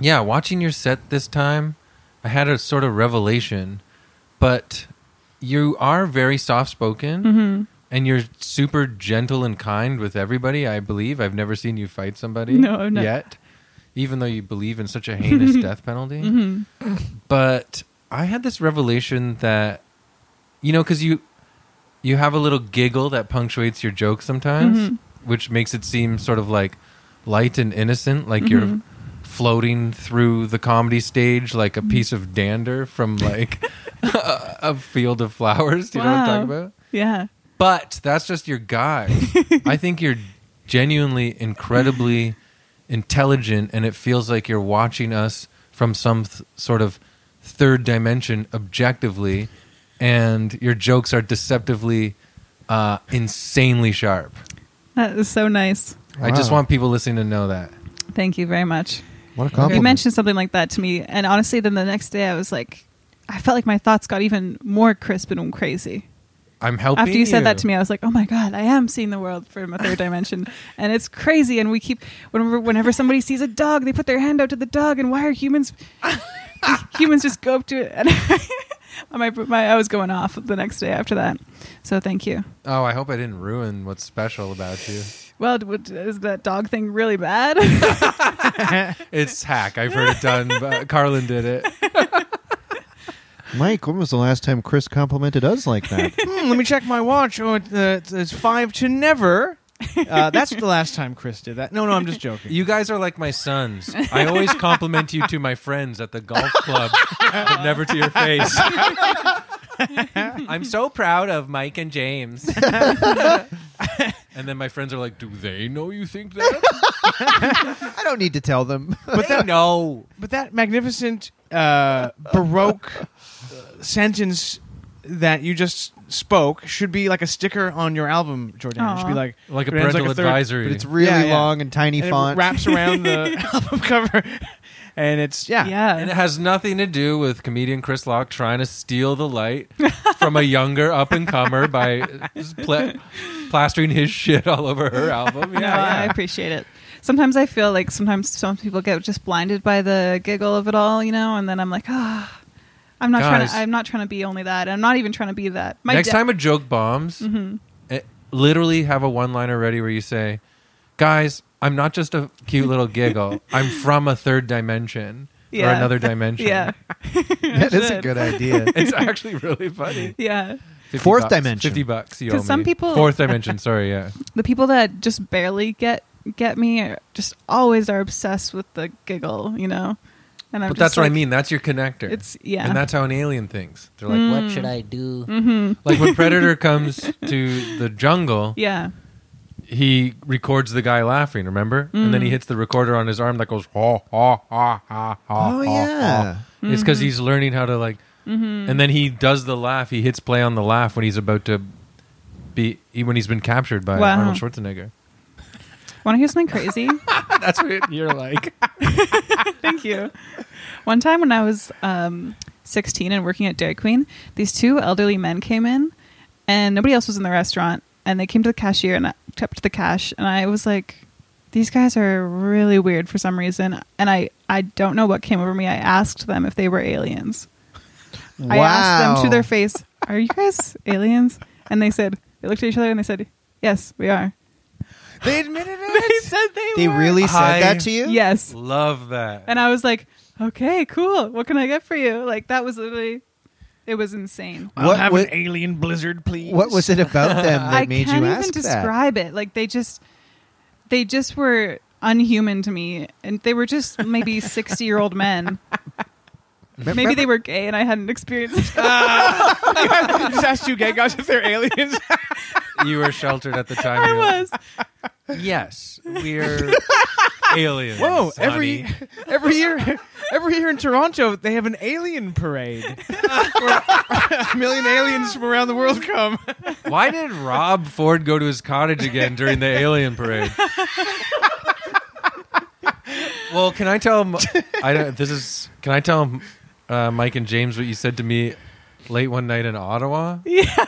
Speaker 2: yeah watching your set this time i had a sort of revelation but you are very soft spoken
Speaker 5: Mm-hmm.
Speaker 2: and you're super gentle and kind with everybody i believe i've never seen you fight somebody
Speaker 5: No, I've not.
Speaker 2: yet even though you believe in such a
Speaker 5: <laughs>
Speaker 2: heinous death penalty
Speaker 5: Mm-hmm.
Speaker 2: but I had this revelation that you know because you you have a little giggle that punctuates your joke sometimes,
Speaker 5: Mhm.
Speaker 2: which makes it seem sort of like light and innocent, like you're
Speaker 5: Mm-hmm.
Speaker 2: floating through the comedy stage like a piece of dander from like <laughs> a, a field of flowers. Do you know what I'm talking
Speaker 5: Wow.
Speaker 2: about?
Speaker 5: Yeah.
Speaker 2: But that's just your
Speaker 5: <laughs>
Speaker 2: guy. I think you're genuinely incredibly intelligent, and it feels like you're watching us from some th- sort of third dimension objectively, and your jokes are deceptively, uh, insanely sharp.
Speaker 5: That is so nice.
Speaker 2: I just
Speaker 4: Wow.
Speaker 2: want people listening to know that.
Speaker 5: Thank you very much.
Speaker 4: What a
Speaker 5: You
Speaker 4: compliment.
Speaker 5: mentioned something like that to me, and honestly, then the next day I was like, I felt like my thoughts got even more crisp and crazy.
Speaker 2: I'm helping.
Speaker 5: After you said that to me, I was like, "Oh my god, I am seeing the world from a third dimension, and it's crazy." And we keep whenever whenever somebody sees a dog, they put their hand out to the dog, and why are humans? humans just go up to it, and <laughs> my, my I was going off the next day after that. So thank you.
Speaker 2: Oh, I hope I didn't ruin what's special about you.
Speaker 5: Well, d- would- is that dog thing really bad? <laughs>
Speaker 2: It's hack. I've heard it done. But Carlin did it.
Speaker 4: Mike, when was the last time Chris complimented us like that?
Speaker 3: Hmm, let me check my watch. Oh, it, uh, it's- it's five to never. Uh, that's the last time Chris did that. No, no, I'm just joking.
Speaker 2: You guys are like my sons. I always compliment you to my friends at the golf club, but never to your face. I'm so proud of Mike and James. and then my friends are like, "Do they know you think that?"
Speaker 4: <laughs> I don't need to tell <laughs> them.
Speaker 2: But they know.
Speaker 3: But that magnificent uh, baroque sentence that you just spoke should be like a sticker on your album, Jordan. It should be
Speaker 5: Aw.
Speaker 3: like
Speaker 2: Like a
Speaker 3: Jordan's
Speaker 2: parental
Speaker 3: third-
Speaker 4: but
Speaker 2: advisory.
Speaker 4: it's really
Speaker 3: Yeah, yeah.
Speaker 4: long and tiny
Speaker 3: and it
Speaker 4: font.
Speaker 3: wraps around the album cover, and it's yeah.
Speaker 2: and it
Speaker 5: yeah,
Speaker 2: has nothing to do with comedian Chris Locke trying to steal the light from a younger up and comer by just pla- plastering his shit all over her album. <laughs> Yeah,
Speaker 5: no, Uh, I
Speaker 2: yeah.
Speaker 5: appreciate it. Sometimes I feel like sometimes some people get just blinded by the giggle of it all, you know, and then I'm like, ah. I'm not trying
Speaker 2: Guys.
Speaker 5: to. I'm not trying to be only that. I'm not even trying to be that. My
Speaker 2: Next
Speaker 5: da- Mm-hmm.
Speaker 2: time a joke bombs, eh, literally have a one liner ready where you say, Guys, I'm not just a cute little
Speaker 5: <laughs>
Speaker 2: giggle. I'm from a third dimension or
Speaker 5: Yeah.
Speaker 2: another dimension.
Speaker 5: Yeah.
Speaker 4: <laughs> that is a
Speaker 5: should.
Speaker 4: good idea.
Speaker 2: It's actually really
Speaker 5: <laughs>
Speaker 2: funny.
Speaker 5: <laughs> Yeah.
Speaker 2: 50
Speaker 4: Fourth
Speaker 2: bucks-
Speaker 4: dimension.
Speaker 2: 50 bucks. You
Speaker 5: 'Cause
Speaker 2: owe
Speaker 5: some
Speaker 2: me.
Speaker 5: people-
Speaker 2: Fourth dimension, sorry, yeah.
Speaker 5: The people that just barely get get me are just always are obsessed with the giggle, you know? And <laughs> I'm
Speaker 2: But
Speaker 5: just
Speaker 2: that's what I
Speaker 5: like-
Speaker 2: mean. That's your connector.
Speaker 5: It's- yeah. Mm.
Speaker 2: And that's how an alien thinks. They're like,
Speaker 6: What should I do?
Speaker 2: like
Speaker 5: <laughs>
Speaker 2: when Predator comes to the jungle,
Speaker 5: Mm-hmm. Yeah.
Speaker 2: he records the guy laughing, remember? And
Speaker 5: Mm.
Speaker 2: then he hits the recorder on his arm that goes ha ha ha ha ha.
Speaker 4: Oh,
Speaker 2: ha,
Speaker 4: yeah.
Speaker 2: ha. It's
Speaker 5: Mm-hmm.
Speaker 2: because he's learning how to like. And then he does the laugh. He hits play on the laugh when he's about to be when he's been captured by
Speaker 5: Wow.
Speaker 2: Arnold Schwarzenegger.
Speaker 5: Want to hear something crazy?
Speaker 2: <laughs> That's what you're like.
Speaker 5: Thank you. One time when I was um, 16 and working at Dairy Queen, these two elderly men came in and nobody else was in the restaurant. And they came to the cashier and I- up to the cash. And I was like, these guys are really weird for some reason. And I, I don't know what came over me. I asked them if they were aliens. I asked them to
Speaker 4: Wow.
Speaker 5: their face, Are you guys aliens? And they said, They looked at each other and they said, Yes, we are.
Speaker 3: They admitted it.
Speaker 5: They said they,
Speaker 4: They
Speaker 5: were.
Speaker 4: really said
Speaker 2: I-
Speaker 4: that to you?
Speaker 5: Yes.
Speaker 2: Love that.
Speaker 5: <laughs> And I was like, okay, cool. What can I get for you? Like that was literally, it was insane.
Speaker 3: I'll
Speaker 4: What
Speaker 3: have
Speaker 4: would-
Speaker 3: an alien blizzard, please. <laughs>
Speaker 4: What was it about them that
Speaker 5: I
Speaker 4: made
Speaker 5: can't
Speaker 4: you
Speaker 5: even
Speaker 4: ask that?
Speaker 5: describe it. Like they just, they just were unhuman to me, and they were just
Speaker 2: <laughs>
Speaker 5: maybe sixty-year-old men. Maybe they were gay, and I hadn't experienced. it.
Speaker 3: just ask two gay guys if they're aliens.
Speaker 2: you were sheltered at the time.
Speaker 5: I
Speaker 2: You're like, <laughs>
Speaker 5: was.
Speaker 2: Yes,
Speaker 5: <laughs>
Speaker 2: we're aliens.
Speaker 3: Whoa!
Speaker 2: honey."
Speaker 3: Every <laughs> every year, every year in Toronto, they have an alien <laughs> parade. where a million aliens from around the world come.
Speaker 2: Why did Rob Ford go to his cottage again during the alien parade? well, can I tell him? I don't. This is. Can I tell him, uh, Mike and James, what you said to me late one night in Ottawa? Yeah.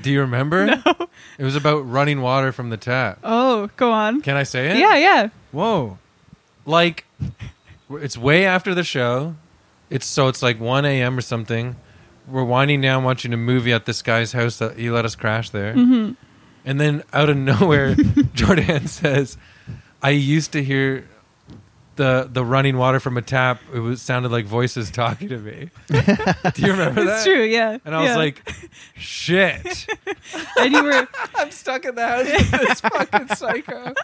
Speaker 2: Do you remember? No. It was about running water from the tap.
Speaker 5: Oh, go on.
Speaker 2: Can I say it?
Speaker 5: Yeah, yeah.
Speaker 3: Whoa!
Speaker 2: like it's way after the show. It's so it's like 1 a.m. or something. We're winding down watching a movie at this guy's house that he let us crash there.
Speaker 5: Mm-hmm.
Speaker 2: And
Speaker 5: <laughs>
Speaker 2: then out of nowhere, Jordan says, "I used to hear the the running water from a tap. It was sounded like voices talking to
Speaker 5: <laughs>
Speaker 2: me. Do you remember that?
Speaker 5: It's true, yeah.
Speaker 2: And I was
Speaker 5: yeah.
Speaker 2: like, shit.
Speaker 5: <laughs> and you were
Speaker 2: <laughs> I'm stuck in the house with
Speaker 5: <laughs>
Speaker 2: this fucking psycho.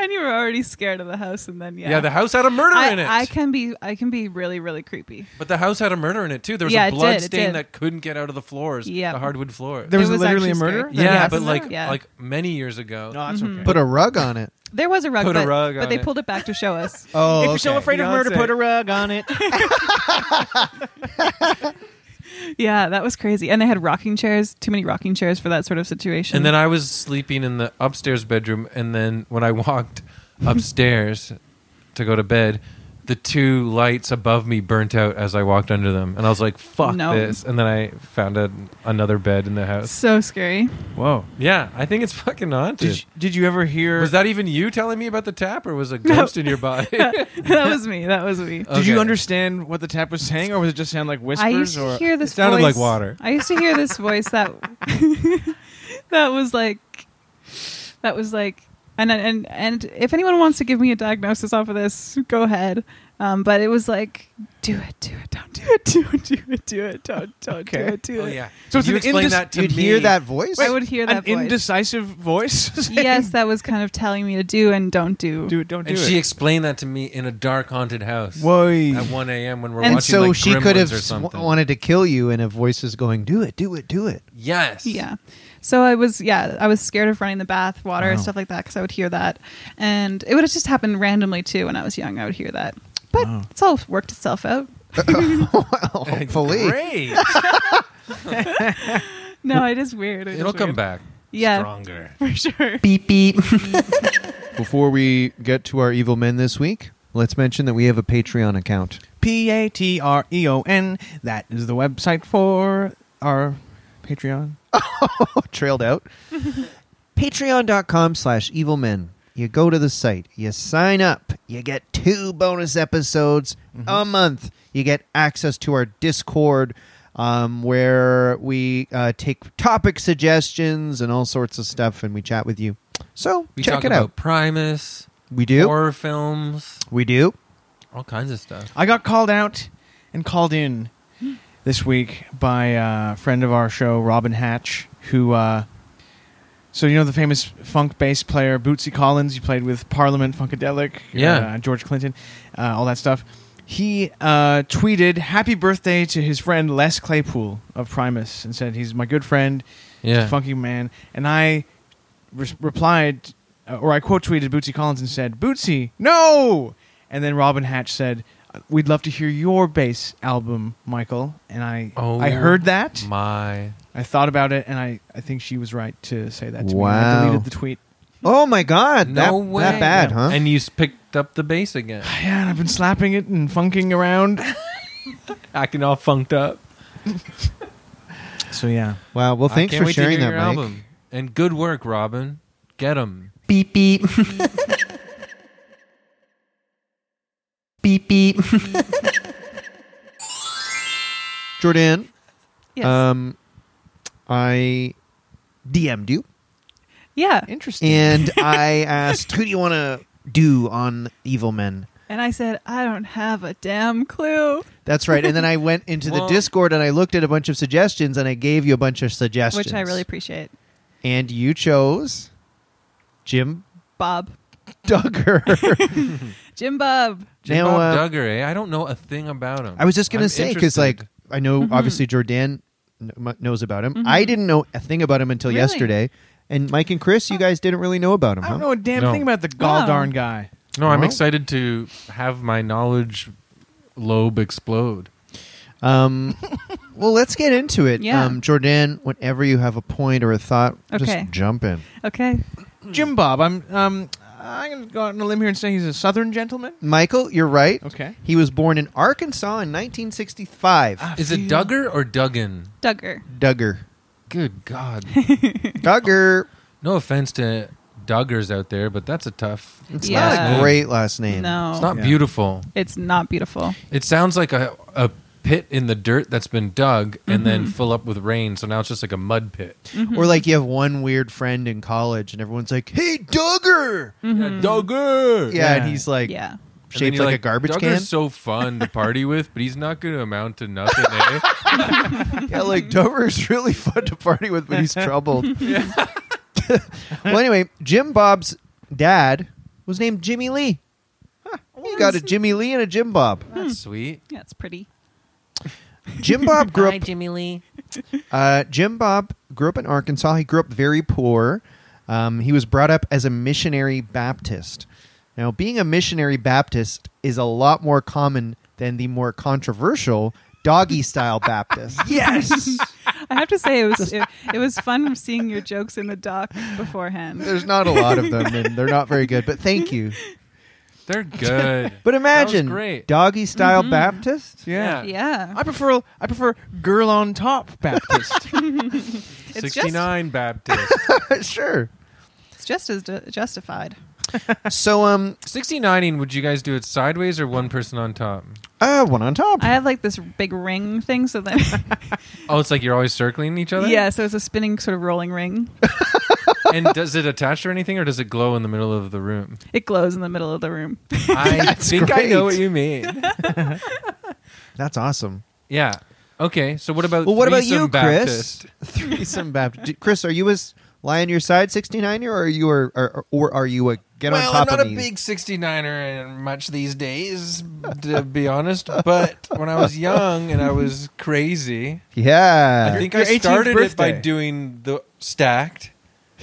Speaker 5: and you were already scared of the house, and then yeah,
Speaker 2: Yeah, the house had a murder
Speaker 5: I,
Speaker 2: in it.
Speaker 5: I can be I can be really really creepy.
Speaker 2: but the house had a murder in it too. There was
Speaker 5: Yeah,
Speaker 2: a
Speaker 5: it did,
Speaker 2: blood
Speaker 5: it
Speaker 2: stain
Speaker 5: did.
Speaker 2: that couldn't get out of the floors,
Speaker 5: Yeah.
Speaker 2: the hardwood floors.
Speaker 3: There was
Speaker 5: It was
Speaker 3: literally a
Speaker 5: actually
Speaker 3: murder.
Speaker 5: scary.
Speaker 2: yeah,
Speaker 5: Yes.
Speaker 2: but like
Speaker 5: Yeah.
Speaker 2: like many years ago.
Speaker 3: No, that's okay.
Speaker 4: Put a rug on it.
Speaker 5: There was a rug,
Speaker 2: Put a
Speaker 5: but,
Speaker 2: rug
Speaker 5: but
Speaker 2: on
Speaker 5: they
Speaker 2: it.
Speaker 5: pulled it back to
Speaker 2: <laughs>
Speaker 5: show us.
Speaker 4: Oh,
Speaker 3: if you're so
Speaker 4: okay.
Speaker 3: afraid of murder,
Speaker 2: Beyonce.
Speaker 3: put a rug on it.
Speaker 5: yeah, that was crazy. And they had rocking chairs, too many rocking chairs for that sort of situation.
Speaker 2: And then I was sleeping in the upstairs bedroom, and then when I <laughs> walked upstairs to go to bed, the two lights above me burnt out as I walked under them, and I was like, "Fuck
Speaker 5: No.
Speaker 2: this!" And then I found a, another bed in the house.
Speaker 5: so
Speaker 3: <laughs>
Speaker 5: scary. <laughs>
Speaker 3: Whoa.
Speaker 2: Yeah, I think it's fucking haunted.
Speaker 3: Did you, did you ever hear?
Speaker 2: was that even you telling me about the tap, or was a ghost in your body? <laughs> Did
Speaker 5: that was me. That was me.
Speaker 3: did you understand what the tap was saying, or was it just sound like whispers?
Speaker 5: I used
Speaker 3: or
Speaker 5: to hear this.
Speaker 2: It sounded
Speaker 5: voice.
Speaker 2: like water.
Speaker 5: I used to hear this voice that <laughs> that was like that was like and and and if anyone wants to give me a diagnosis off of this, go ahead. Um, but it was like, do it, do it, don't do it, <laughs> do it, do it, do it, don't, don't
Speaker 3: Okay.
Speaker 5: do it, do
Speaker 2: Oh
Speaker 5: it.
Speaker 2: yeah.
Speaker 3: So it's
Speaker 2: you
Speaker 3: an
Speaker 2: explained
Speaker 3: indis-
Speaker 2: that to
Speaker 4: You'd
Speaker 2: me.
Speaker 4: hear that voice.
Speaker 5: I would hear
Speaker 3: an
Speaker 5: that voice.
Speaker 3: indecisive voice? <laughs>
Speaker 5: yes, that was kind of telling me to do and don't do.
Speaker 3: do it. Don't do
Speaker 2: And
Speaker 3: it.
Speaker 2: she explained that to me in a dark haunted house at 1 a.m. when we're
Speaker 5: And
Speaker 2: watching
Speaker 4: so
Speaker 2: like,
Speaker 4: she could
Speaker 2: Gremlins
Speaker 4: have
Speaker 2: or
Speaker 4: sw-
Speaker 2: something.
Speaker 4: wanted to kill you, and a voice is going, "Do it, do it, do it."
Speaker 2: yes.
Speaker 5: Yeah. So I was, yeah, I was scared of running the bath water and
Speaker 4: Wow.
Speaker 5: stuff like that because I would hear that. And it would have just happened randomly too when I was young. I would hear that. But it's all worked itself out.
Speaker 2: <laughs>
Speaker 4: <laughs> Well, hopefully,
Speaker 2: Great.
Speaker 5: No, it is weird. It
Speaker 2: It'll
Speaker 5: is
Speaker 2: come
Speaker 5: weird.
Speaker 2: back.
Speaker 5: Yeah,
Speaker 2: Stronger.
Speaker 5: for
Speaker 2: <laughs>
Speaker 5: sure.
Speaker 4: <laughs> Before we get to our evil men this week, let's mention that we have a Patreon account. <laughs>
Speaker 3: P A T R E O N. That is the website for our Patreon.
Speaker 4: Oh, trailed out. Patreon.com slash evil men. You go to the site, you sign up, you get two bonus episodes a month. You get access to our Discord um, where we uh, take topic suggestions and all sorts of stuff and we chat with you. So
Speaker 2: We
Speaker 4: check
Speaker 2: talk
Speaker 4: it
Speaker 2: about
Speaker 4: out.
Speaker 2: Primus,
Speaker 4: We do.
Speaker 2: horror films,
Speaker 4: we do.
Speaker 2: all kinds of stuff.
Speaker 3: I got called out and called in this week by a friend of our show, Robin Hatch, who. Uh, so you know the famous funk bass player Bootsy Collins. You played with Parliament, Funkadelic,
Speaker 2: Yeah.
Speaker 3: uh, George Clinton, uh, all that stuff. He uh, tweeted "Happy birthday" to his friend Les Claypool of Primus and said he's my good friend. He's a
Speaker 2: Yeah.
Speaker 3: funky man. And I re- replied, uh, or I quote tweeted Bootsy Collins and said, Bootsy, no! And then Robin Hatch said, "Uh, We'd love to hear your bass album, Michael. And I,
Speaker 2: Oh,
Speaker 3: I heard that.
Speaker 2: My.
Speaker 3: I thought about it, and I, I think she was right to say that to me.
Speaker 4: Wow.
Speaker 3: I deleted the tweet.
Speaker 4: Oh my God.
Speaker 2: No
Speaker 4: that,
Speaker 2: way.
Speaker 4: that bad, huh?
Speaker 2: And you s- picked up the bass again,
Speaker 3: Yeah, and I've been slapping it and funking around.
Speaker 2: acting all funked up.
Speaker 3: so yeah,
Speaker 4: wow. Well,
Speaker 2: I
Speaker 4: thanks
Speaker 2: can't
Speaker 4: for
Speaker 2: wait to
Speaker 4: sharing
Speaker 2: hear
Speaker 4: that,
Speaker 2: your
Speaker 4: Mike.
Speaker 2: album. And good work, Robin. Get them.
Speaker 4: Beep, beep. <laughs> beep, beep. <laughs> Jordan,
Speaker 5: Yes.
Speaker 2: Uh,
Speaker 4: um, I DM'd you
Speaker 5: yeah.
Speaker 3: interesting.
Speaker 5: <laughs>
Speaker 4: and I asked, who do you want to do on Evil Men?
Speaker 5: And I said, I don't have a damn clue,
Speaker 4: That's right. And then I went into
Speaker 2: <laughs> Well-
Speaker 4: the Discord and I looked at a bunch of suggestions and I gave you a bunch of suggestions.
Speaker 5: which I really appreciate.
Speaker 4: And you chose Jim
Speaker 5: Bob, <laughs>
Speaker 4: Duggar.
Speaker 5: Jim Bob.
Speaker 2: Jim
Speaker 4: Now,
Speaker 2: Bob
Speaker 4: uh,
Speaker 2: Duggar, eh? I don't know a thing about him.
Speaker 4: I was just gonna
Speaker 2: I'm
Speaker 4: say because like
Speaker 2: interested.
Speaker 4: I know
Speaker 5: Mm-hmm.
Speaker 4: obviously Jordan kn- m- knows about him. I didn't know a thing about him until
Speaker 5: Really?
Speaker 4: yesterday, and Mike and Chris, you guys didn't really know about him.
Speaker 3: I
Speaker 4: Huh?
Speaker 3: don't know a damn
Speaker 2: No.
Speaker 3: thing about the gall
Speaker 5: Wow.
Speaker 3: darn guy.
Speaker 2: No, I'm
Speaker 4: Well-
Speaker 2: excited to have my knowledge lobe explode.
Speaker 3: <laughs>
Speaker 4: Um, well, let's get into it.
Speaker 5: Yeah.
Speaker 4: Um, Jordan, whenever you have a point or a thought,
Speaker 5: Okay.
Speaker 4: just jump in.
Speaker 5: Okay.
Speaker 3: Jim Bob. I'm um, I'm gonna go out on a limb here and say he's a Southern gentleman.
Speaker 4: Michael, you're right.
Speaker 3: Okay.
Speaker 4: He was born in Arkansas in 1965.
Speaker 3: Ah,
Speaker 2: Is it
Speaker 3: feel-
Speaker 2: Duggar or Duggan?
Speaker 5: Duggar.
Speaker 4: Duggar.
Speaker 2: Good <laughs> God.
Speaker 4: Duggar.
Speaker 2: No offense to Duggars out there, but that's a tough.
Speaker 4: It's not
Speaker 5: Yeah.
Speaker 4: a great last name.
Speaker 5: No.
Speaker 2: It's not
Speaker 3: Yeah.
Speaker 2: beautiful.
Speaker 5: It's not beautiful.
Speaker 2: It sounds like a, a pit in the dirt that's been dug and
Speaker 4: Mm-hmm.
Speaker 2: then full up with rain. So now it's just like a mud pit.
Speaker 5: Mm-hmm.
Speaker 4: Or like you have one weird friend in college, and everyone's like, "Hey, Duggar."
Speaker 2: Duggar!
Speaker 4: Mm-hmm. Yeah,
Speaker 3: Yeah.
Speaker 4: and he's like,
Speaker 5: yeah.
Speaker 2: And then
Speaker 4: shaped
Speaker 2: you're
Speaker 4: like, a garbage
Speaker 2: Doug
Speaker 4: can.
Speaker 2: is
Speaker 4: <laughs>
Speaker 2: so fun to party with, but he's not going to amount to nothing.
Speaker 4: <laughs>
Speaker 2: Eh?
Speaker 4: yeah, like Dover's really fun to party with, but he's troubled.
Speaker 6: <laughs>
Speaker 4: <laughs> well, anyway, Jim Bob's dad was named Jimmy Lee. You got a Jimmy Lee and a Jim Bob.
Speaker 2: That's sweet.
Speaker 5: Yeah, it's pretty.
Speaker 4: Jim Bob grew up.
Speaker 6: Jimmy Lee.
Speaker 4: <laughs> Uh, Jim Bob grew up in Arkansas. He grew up very poor. Um, he was brought up as a missionary Baptist. Now, being a missionary Baptist is a lot more common than the more controversial
Speaker 6: <laughs>
Speaker 4: doggy style Baptist.
Speaker 1: Yes.
Speaker 5: I have to say it was it, it was fun seeing your jokes in the doc beforehand.
Speaker 4: There's not a lot of them,
Speaker 2: <laughs>
Speaker 4: and they're not very good. But thank you.
Speaker 2: They're good.
Speaker 4: But imagine
Speaker 2: great. Mm-hmm.
Speaker 4: doggy style Baptist.
Speaker 3: Yeah.
Speaker 5: Yeah,
Speaker 3: I prefer I prefer girl on top
Speaker 2: <laughs>
Speaker 3: Baptist.
Speaker 5: it's just
Speaker 2: 69 Baptist.
Speaker 4: <laughs> sure.
Speaker 5: it's just as ju- justified.
Speaker 4: So um,
Speaker 2: 69ing, would you guys do it sideways or one person on top?
Speaker 4: uh, one on top.
Speaker 5: I have like this big ring thing,
Speaker 2: <laughs>
Speaker 5: so then
Speaker 2: Oh, it's like you're always circling each other?
Speaker 5: yeah, so it's a spinning sort of rolling ring.
Speaker 2: <laughs> And does it attach or anything or does it glow in the middle of
Speaker 3: <laughs>
Speaker 2: the room?
Speaker 5: It glows in the middle of the room. <laughs>
Speaker 2: I think I
Speaker 4: great.
Speaker 2: know what you
Speaker 3: <laughs>
Speaker 2: mean.
Speaker 4: That's awesome.
Speaker 2: Yeah. Okay. So what about
Speaker 4: Well, what about
Speaker 2: threesome
Speaker 4: you,
Speaker 2: Baptist?
Speaker 4: Chris? <laughs> Threesome Baptist. Chris, are you as lying your side 69er, or are you or, or, or are you a get on
Speaker 2: Well,
Speaker 4: top
Speaker 2: I'm not a
Speaker 4: of me?
Speaker 2: big 69er and much these days,
Speaker 4: <laughs>
Speaker 2: to be honest. But when I was young and I was crazy,
Speaker 4: yeah.
Speaker 2: I think
Speaker 3: Your
Speaker 2: I
Speaker 3: 18th
Speaker 2: started it by
Speaker 3: birthday.
Speaker 2: doing the stacked,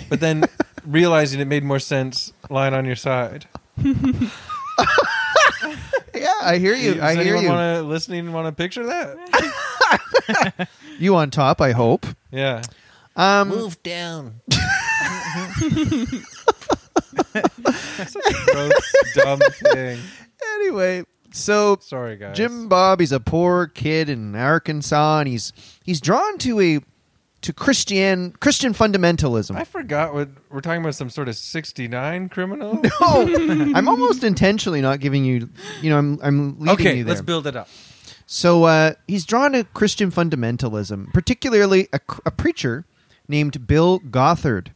Speaker 2: but
Speaker 4: <laughs>
Speaker 2: then realizing it made more sense lying on your side.
Speaker 4: yeah, I hear you.
Speaker 2: Does
Speaker 4: I hear
Speaker 2: anyone
Speaker 4: you.
Speaker 2: Wanna, listening, want to picture
Speaker 4: <laughs>
Speaker 2: that?
Speaker 4: You on top, I hope.
Speaker 2: Yeah.
Speaker 4: Um,
Speaker 6: Move
Speaker 4: <laughs>
Speaker 6: down.
Speaker 2: Gross, dumb thing.
Speaker 4: anyway, so
Speaker 2: Sorry, guys.
Speaker 4: Jim Bob, he's a poor kid in Arkansas, and he's he's drawn to a to Christian Christian fundamentalism.
Speaker 2: I forgot what we're talking about. Some sort of 69
Speaker 4: <laughs>
Speaker 2: criminal?
Speaker 4: Oh, I'm almost intentionally not giving you. You know, I'm I'm leading
Speaker 2: okay,
Speaker 4: you there.
Speaker 2: let's build it up.
Speaker 4: so uh, he's drawn to Christian fundamentalism, particularly a, cr- a preacher named Bill Gothard.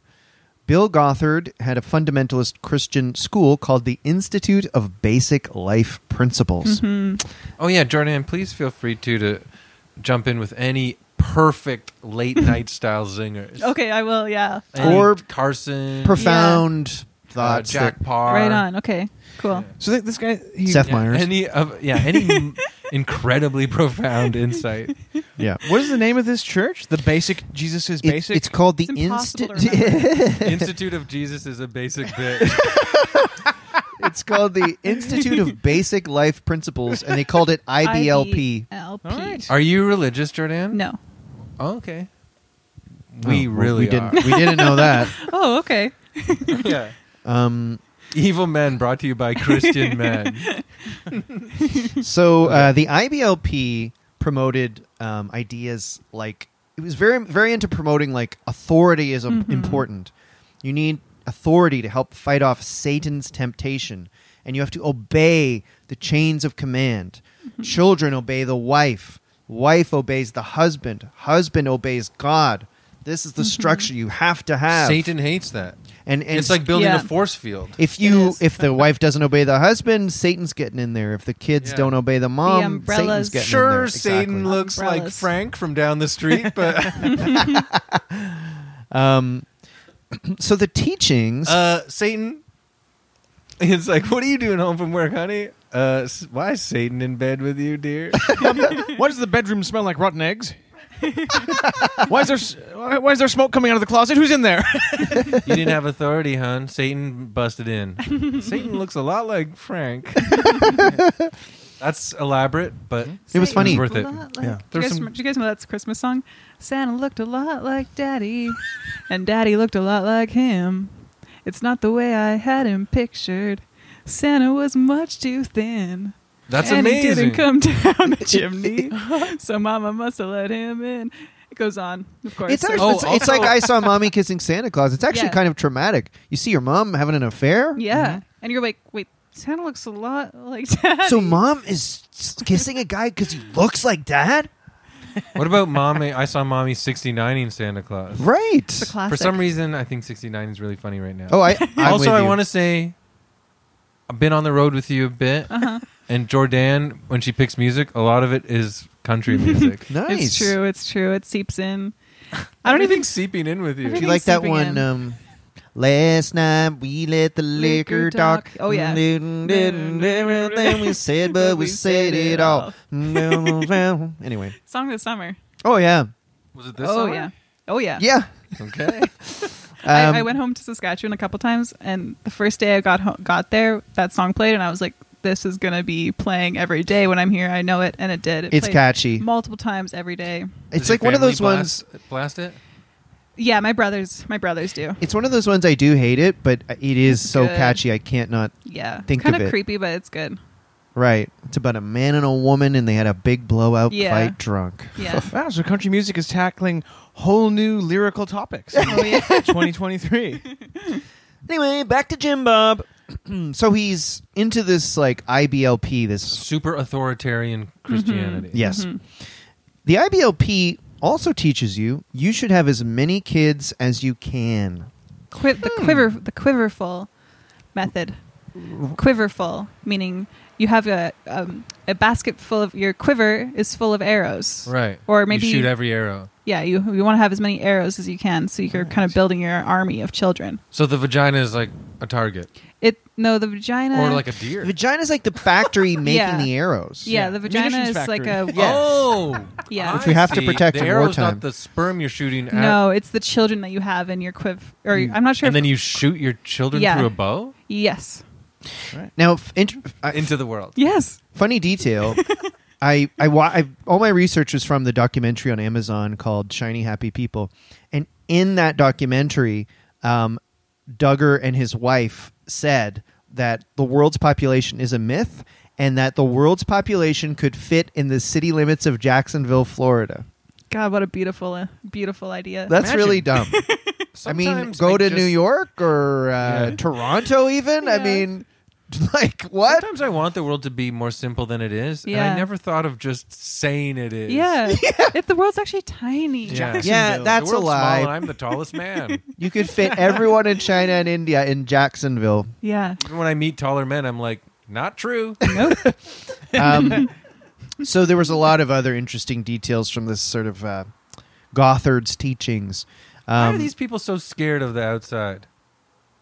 Speaker 4: Bill Gothard had a fundamentalist Christian school called the Institute of Basic Life Principles.
Speaker 2: Oh yeah, Jordan, please feel free to to jump in with any perfect late night style zingers.
Speaker 5: <laughs> Okay, I will. Yeah,
Speaker 2: Any
Speaker 4: Or
Speaker 2: Carson,
Speaker 4: Profound
Speaker 2: uh,
Speaker 4: thoughts.
Speaker 2: Jack
Speaker 4: that-
Speaker 2: Parr,
Speaker 5: right on. Okay, cool.
Speaker 3: so th- this guy he,
Speaker 4: Seth
Speaker 2: Yeah,
Speaker 4: Myers.
Speaker 2: any of yeah, any m- <laughs> incredibly profound insight.
Speaker 4: yeah.
Speaker 3: What is the name of this church? The Basic Jesus is
Speaker 4: It-
Speaker 3: Basic.
Speaker 4: it's called the
Speaker 5: It's impossible to
Speaker 4: Institute.
Speaker 2: Institute of Jesus is a basic bitch.
Speaker 4: <laughs> it's called the Institute
Speaker 5: <laughs>
Speaker 4: of Basic Life Principles, and they called it IBLP.
Speaker 5: IBLP.
Speaker 3: All right.
Speaker 2: Are you religious, Jordan?
Speaker 5: No.
Speaker 2: Oh, okay. We
Speaker 4: Oh, well,
Speaker 2: really
Speaker 4: we didn't we didn't know that.
Speaker 5: Oh, okay.
Speaker 2: are. yeah.
Speaker 4: Um,
Speaker 2: Evil men brought to you by
Speaker 4: <laughs>
Speaker 2: Christian men.
Speaker 4: so uh, the IBLP promoted um, ideas like it was very very into promoting like authority is
Speaker 2: Mm-hmm.
Speaker 4: im- important. You need authority to help fight off Satan's temptation, and you have to obey the chains of command.
Speaker 2: Mm-hmm.
Speaker 4: Children obey the wife. Wife obeys the husband. Husband obeys God. This is the structure you have to have.
Speaker 2: Mm-hmm. Satan hates that.
Speaker 4: and, and
Speaker 2: It's like building
Speaker 5: Yeah.
Speaker 2: a force field.
Speaker 4: If
Speaker 5: It
Speaker 4: you
Speaker 5: is.
Speaker 4: if the wife doesn't obey the husband, Satan's getting in there. If the kids
Speaker 2: Yeah.
Speaker 4: don't obey the mom, Satan's
Speaker 5: umbrellas.
Speaker 4: getting in there.
Speaker 2: Sure,
Speaker 4: Exactly.
Speaker 2: Satan looks like
Speaker 5: Umbrellas.
Speaker 2: Frank from down the
Speaker 4: <laughs>
Speaker 2: street, but
Speaker 4: Um, so the teachings.
Speaker 2: uh, Satan. It's like, what are you doing home from work, honey? Uh, s- why is Satan in bed with you, dear?
Speaker 3: why does the bedroom smell like rotten eggs? <laughs> why is there s- why why is there smoke coming out of the closet? Who's in there?
Speaker 2: you didn't have authority, hon. Satan busted
Speaker 5: <laughs>
Speaker 2: in. Satan looks a lot like
Speaker 4: <laughs>
Speaker 2: Frank. That's elaborate, but
Speaker 4: It was funny.
Speaker 2: worth it.
Speaker 5: A lot like-
Speaker 3: Yeah.
Speaker 5: Do,
Speaker 2: There's
Speaker 5: you guys,
Speaker 2: some-
Speaker 5: do you guys know that's a Christmas song? Santa looked a lot
Speaker 2: <laughs>
Speaker 5: like Daddy, and Daddy looked a lot like him. It's not the way I had him pictured. Santa was much too thin.
Speaker 2: that's
Speaker 5: and
Speaker 2: amazing.
Speaker 5: he didn't come <laughs>
Speaker 2: <laughs>
Speaker 5: down the chimney, so Mama must have let him in. It goes on, of course.
Speaker 4: it's, actually,
Speaker 2: Oh,
Speaker 4: it's, it's
Speaker 2: also-
Speaker 4: like I saw mommy kissing Santa Claus. It's actually
Speaker 5: Yeah.
Speaker 4: kind of traumatic. You see your mom having an affair.
Speaker 5: yeah, and you're like, wait, Santa looks a lot like <laughs> Daddy.
Speaker 4: So mom is s- kissing a guy because he looks like dad,
Speaker 2: What about mommy? I saw mommy 69ing Santa Claus.
Speaker 4: right?
Speaker 5: It's a classic. <laughs>
Speaker 2: For some reason, I think 69 is really funny right now.
Speaker 4: Oh, I. Oh, I'm
Speaker 2: also,
Speaker 4: with
Speaker 2: I
Speaker 4: you.
Speaker 2: want to say I've been on the road with you a bit,
Speaker 5: Uh-huh.
Speaker 2: and Jordan, when she picks music, a lot of it is
Speaker 4: <laughs>
Speaker 2: country music.
Speaker 4: Nice.
Speaker 5: It's true. It's true. It seeps in. I
Speaker 2: I
Speaker 5: don't
Speaker 2: don't
Speaker 5: even.
Speaker 2: even seeping in with
Speaker 4: Do
Speaker 2: you.
Speaker 4: you like that
Speaker 5: Sleeping
Speaker 4: one?
Speaker 5: in.
Speaker 4: Um, Last night we let the
Speaker 5: Liquor
Speaker 4: liquor talk.
Speaker 5: talk. Oh, yeah.
Speaker 4: Didn't- didn't- Everything we said, but we said it all. anyway.
Speaker 5: Song this summer.
Speaker 4: Oh yeah.
Speaker 2: Was it this?
Speaker 5: oh
Speaker 2: summer?
Speaker 5: yeah. Oh yeah.
Speaker 4: Yeah. <laughs>
Speaker 2: Okay.
Speaker 4: Um,
Speaker 5: I, I went home to Saskatchewan a couple times, and the first day I got ho- got there, that song played, and I was like, "This is gonna be playing every day when I'm here. I know it, and it did. It
Speaker 4: It's
Speaker 5: played
Speaker 4: catchy.
Speaker 5: multiple times every day.
Speaker 4: It's
Speaker 2: Does your
Speaker 4: like one of
Speaker 2: family
Speaker 4: those ones.
Speaker 2: blast, Blast it.
Speaker 5: Yeah, my brothers, my brothers do.
Speaker 4: It's one of those ones I do hate it, but it is so
Speaker 5: good.
Speaker 4: catchy I can't not.
Speaker 5: Yeah,
Speaker 4: Think
Speaker 5: kind
Speaker 4: of it.
Speaker 5: creepy, but
Speaker 4: <laughs>
Speaker 5: it's good.
Speaker 4: Right. It's about a man and a woman, and they had a big blowout
Speaker 5: Yeah.
Speaker 4: fight drunk.
Speaker 5: Yeah.
Speaker 3: <laughs> Wow, so country music is tackling whole new lyrical topics.
Speaker 4: <laughs>
Speaker 3: in
Speaker 4: Oh,
Speaker 3: <laughs> 2023.
Speaker 4: Anyway, back to Jim Bob. <clears throat> so he's into this like IBLP, this
Speaker 2: Super authoritarian Christianity.
Speaker 4: Mm-hmm. Yes.
Speaker 5: Mm-hmm.
Speaker 4: The IBLP also teaches you you should have as many kids as you can.
Speaker 5: Qui- the
Speaker 4: Hmm.
Speaker 5: quiver the quiverful method quiverful meaning you have a um, a basket full of your quiver is full of arrows
Speaker 2: Right.
Speaker 5: Or maybe-
Speaker 2: you shoot every arrow.
Speaker 5: yeah you you want to have as many arrows as you can so you're kind of building your army of children
Speaker 2: So the vagina is like a target,
Speaker 5: it no the vagina
Speaker 2: or like a deer.
Speaker 4: Vagina's like the
Speaker 5: <laughs>
Speaker 4: factory making
Speaker 5: Yeah.
Speaker 4: the arrows.
Speaker 5: yeah,
Speaker 3: Yeah.
Speaker 5: the vagina is
Speaker 3: Munitions
Speaker 5: like a
Speaker 3: factory.
Speaker 2: <laughs> Oh,
Speaker 5: <laughs> Yeah. Which
Speaker 4: we
Speaker 2: I
Speaker 4: have to
Speaker 2: see.
Speaker 4: protect
Speaker 2: the
Speaker 4: in
Speaker 2: arrow's
Speaker 4: wartime.
Speaker 2: Not the sperm you're shooting at,
Speaker 5: no it's the children that you have in your quiver or
Speaker 4: Mm.
Speaker 5: i'm not sure
Speaker 2: and
Speaker 5: if,
Speaker 2: then you shoot your children
Speaker 5: Yeah.
Speaker 2: through a bow
Speaker 5: yes
Speaker 4: Now, f- int- I-
Speaker 2: into the world.
Speaker 5: yes
Speaker 4: funny
Speaker 5: <laughs>
Speaker 4: detail. I, I, wa- I all my research was from the documentary on Amazon called Shiny Happy People, and in that documentary, um, Duggar and his wife said that the world's population is a myth, and that the world's population could fit in the city limits of Jacksonville, Florida.
Speaker 5: god what a beautiful uh, beautiful idea
Speaker 4: <laughs> That's
Speaker 3: Imagine.
Speaker 4: really dumb.
Speaker 2: <laughs>
Speaker 4: I mean,
Speaker 2: Sometimes
Speaker 4: go
Speaker 2: I
Speaker 4: to
Speaker 2: just-
Speaker 4: New York or uh,
Speaker 2: Yeah.
Speaker 4: Toronto, even. I
Speaker 5: Yeah.
Speaker 4: mean, <laughs> like what?
Speaker 2: Sometimes I want the world to be more simple than it is, and
Speaker 5: Yeah.
Speaker 2: I never thought of just saying it is.
Speaker 5: yeah,
Speaker 4: <laughs>
Speaker 5: if the world's actually tiny
Speaker 2: yeah,
Speaker 4: Yeah,
Speaker 3: Jacksonville.
Speaker 4: that's
Speaker 2: the
Speaker 4: a
Speaker 2: world's Small
Speaker 4: lie.
Speaker 2: and I'm the tallest
Speaker 4: <laughs>
Speaker 2: man. <laughs>
Speaker 4: You could fit everyone in China and India in Jacksonville.
Speaker 5: yeah.
Speaker 2: Even when I meet taller men, I'm like, not true.
Speaker 4: Um, so there was a lot of other interesting details from this sort of uh, Gothard's teachings.
Speaker 2: Why are
Speaker 4: Um,
Speaker 2: these people so scared of the outside?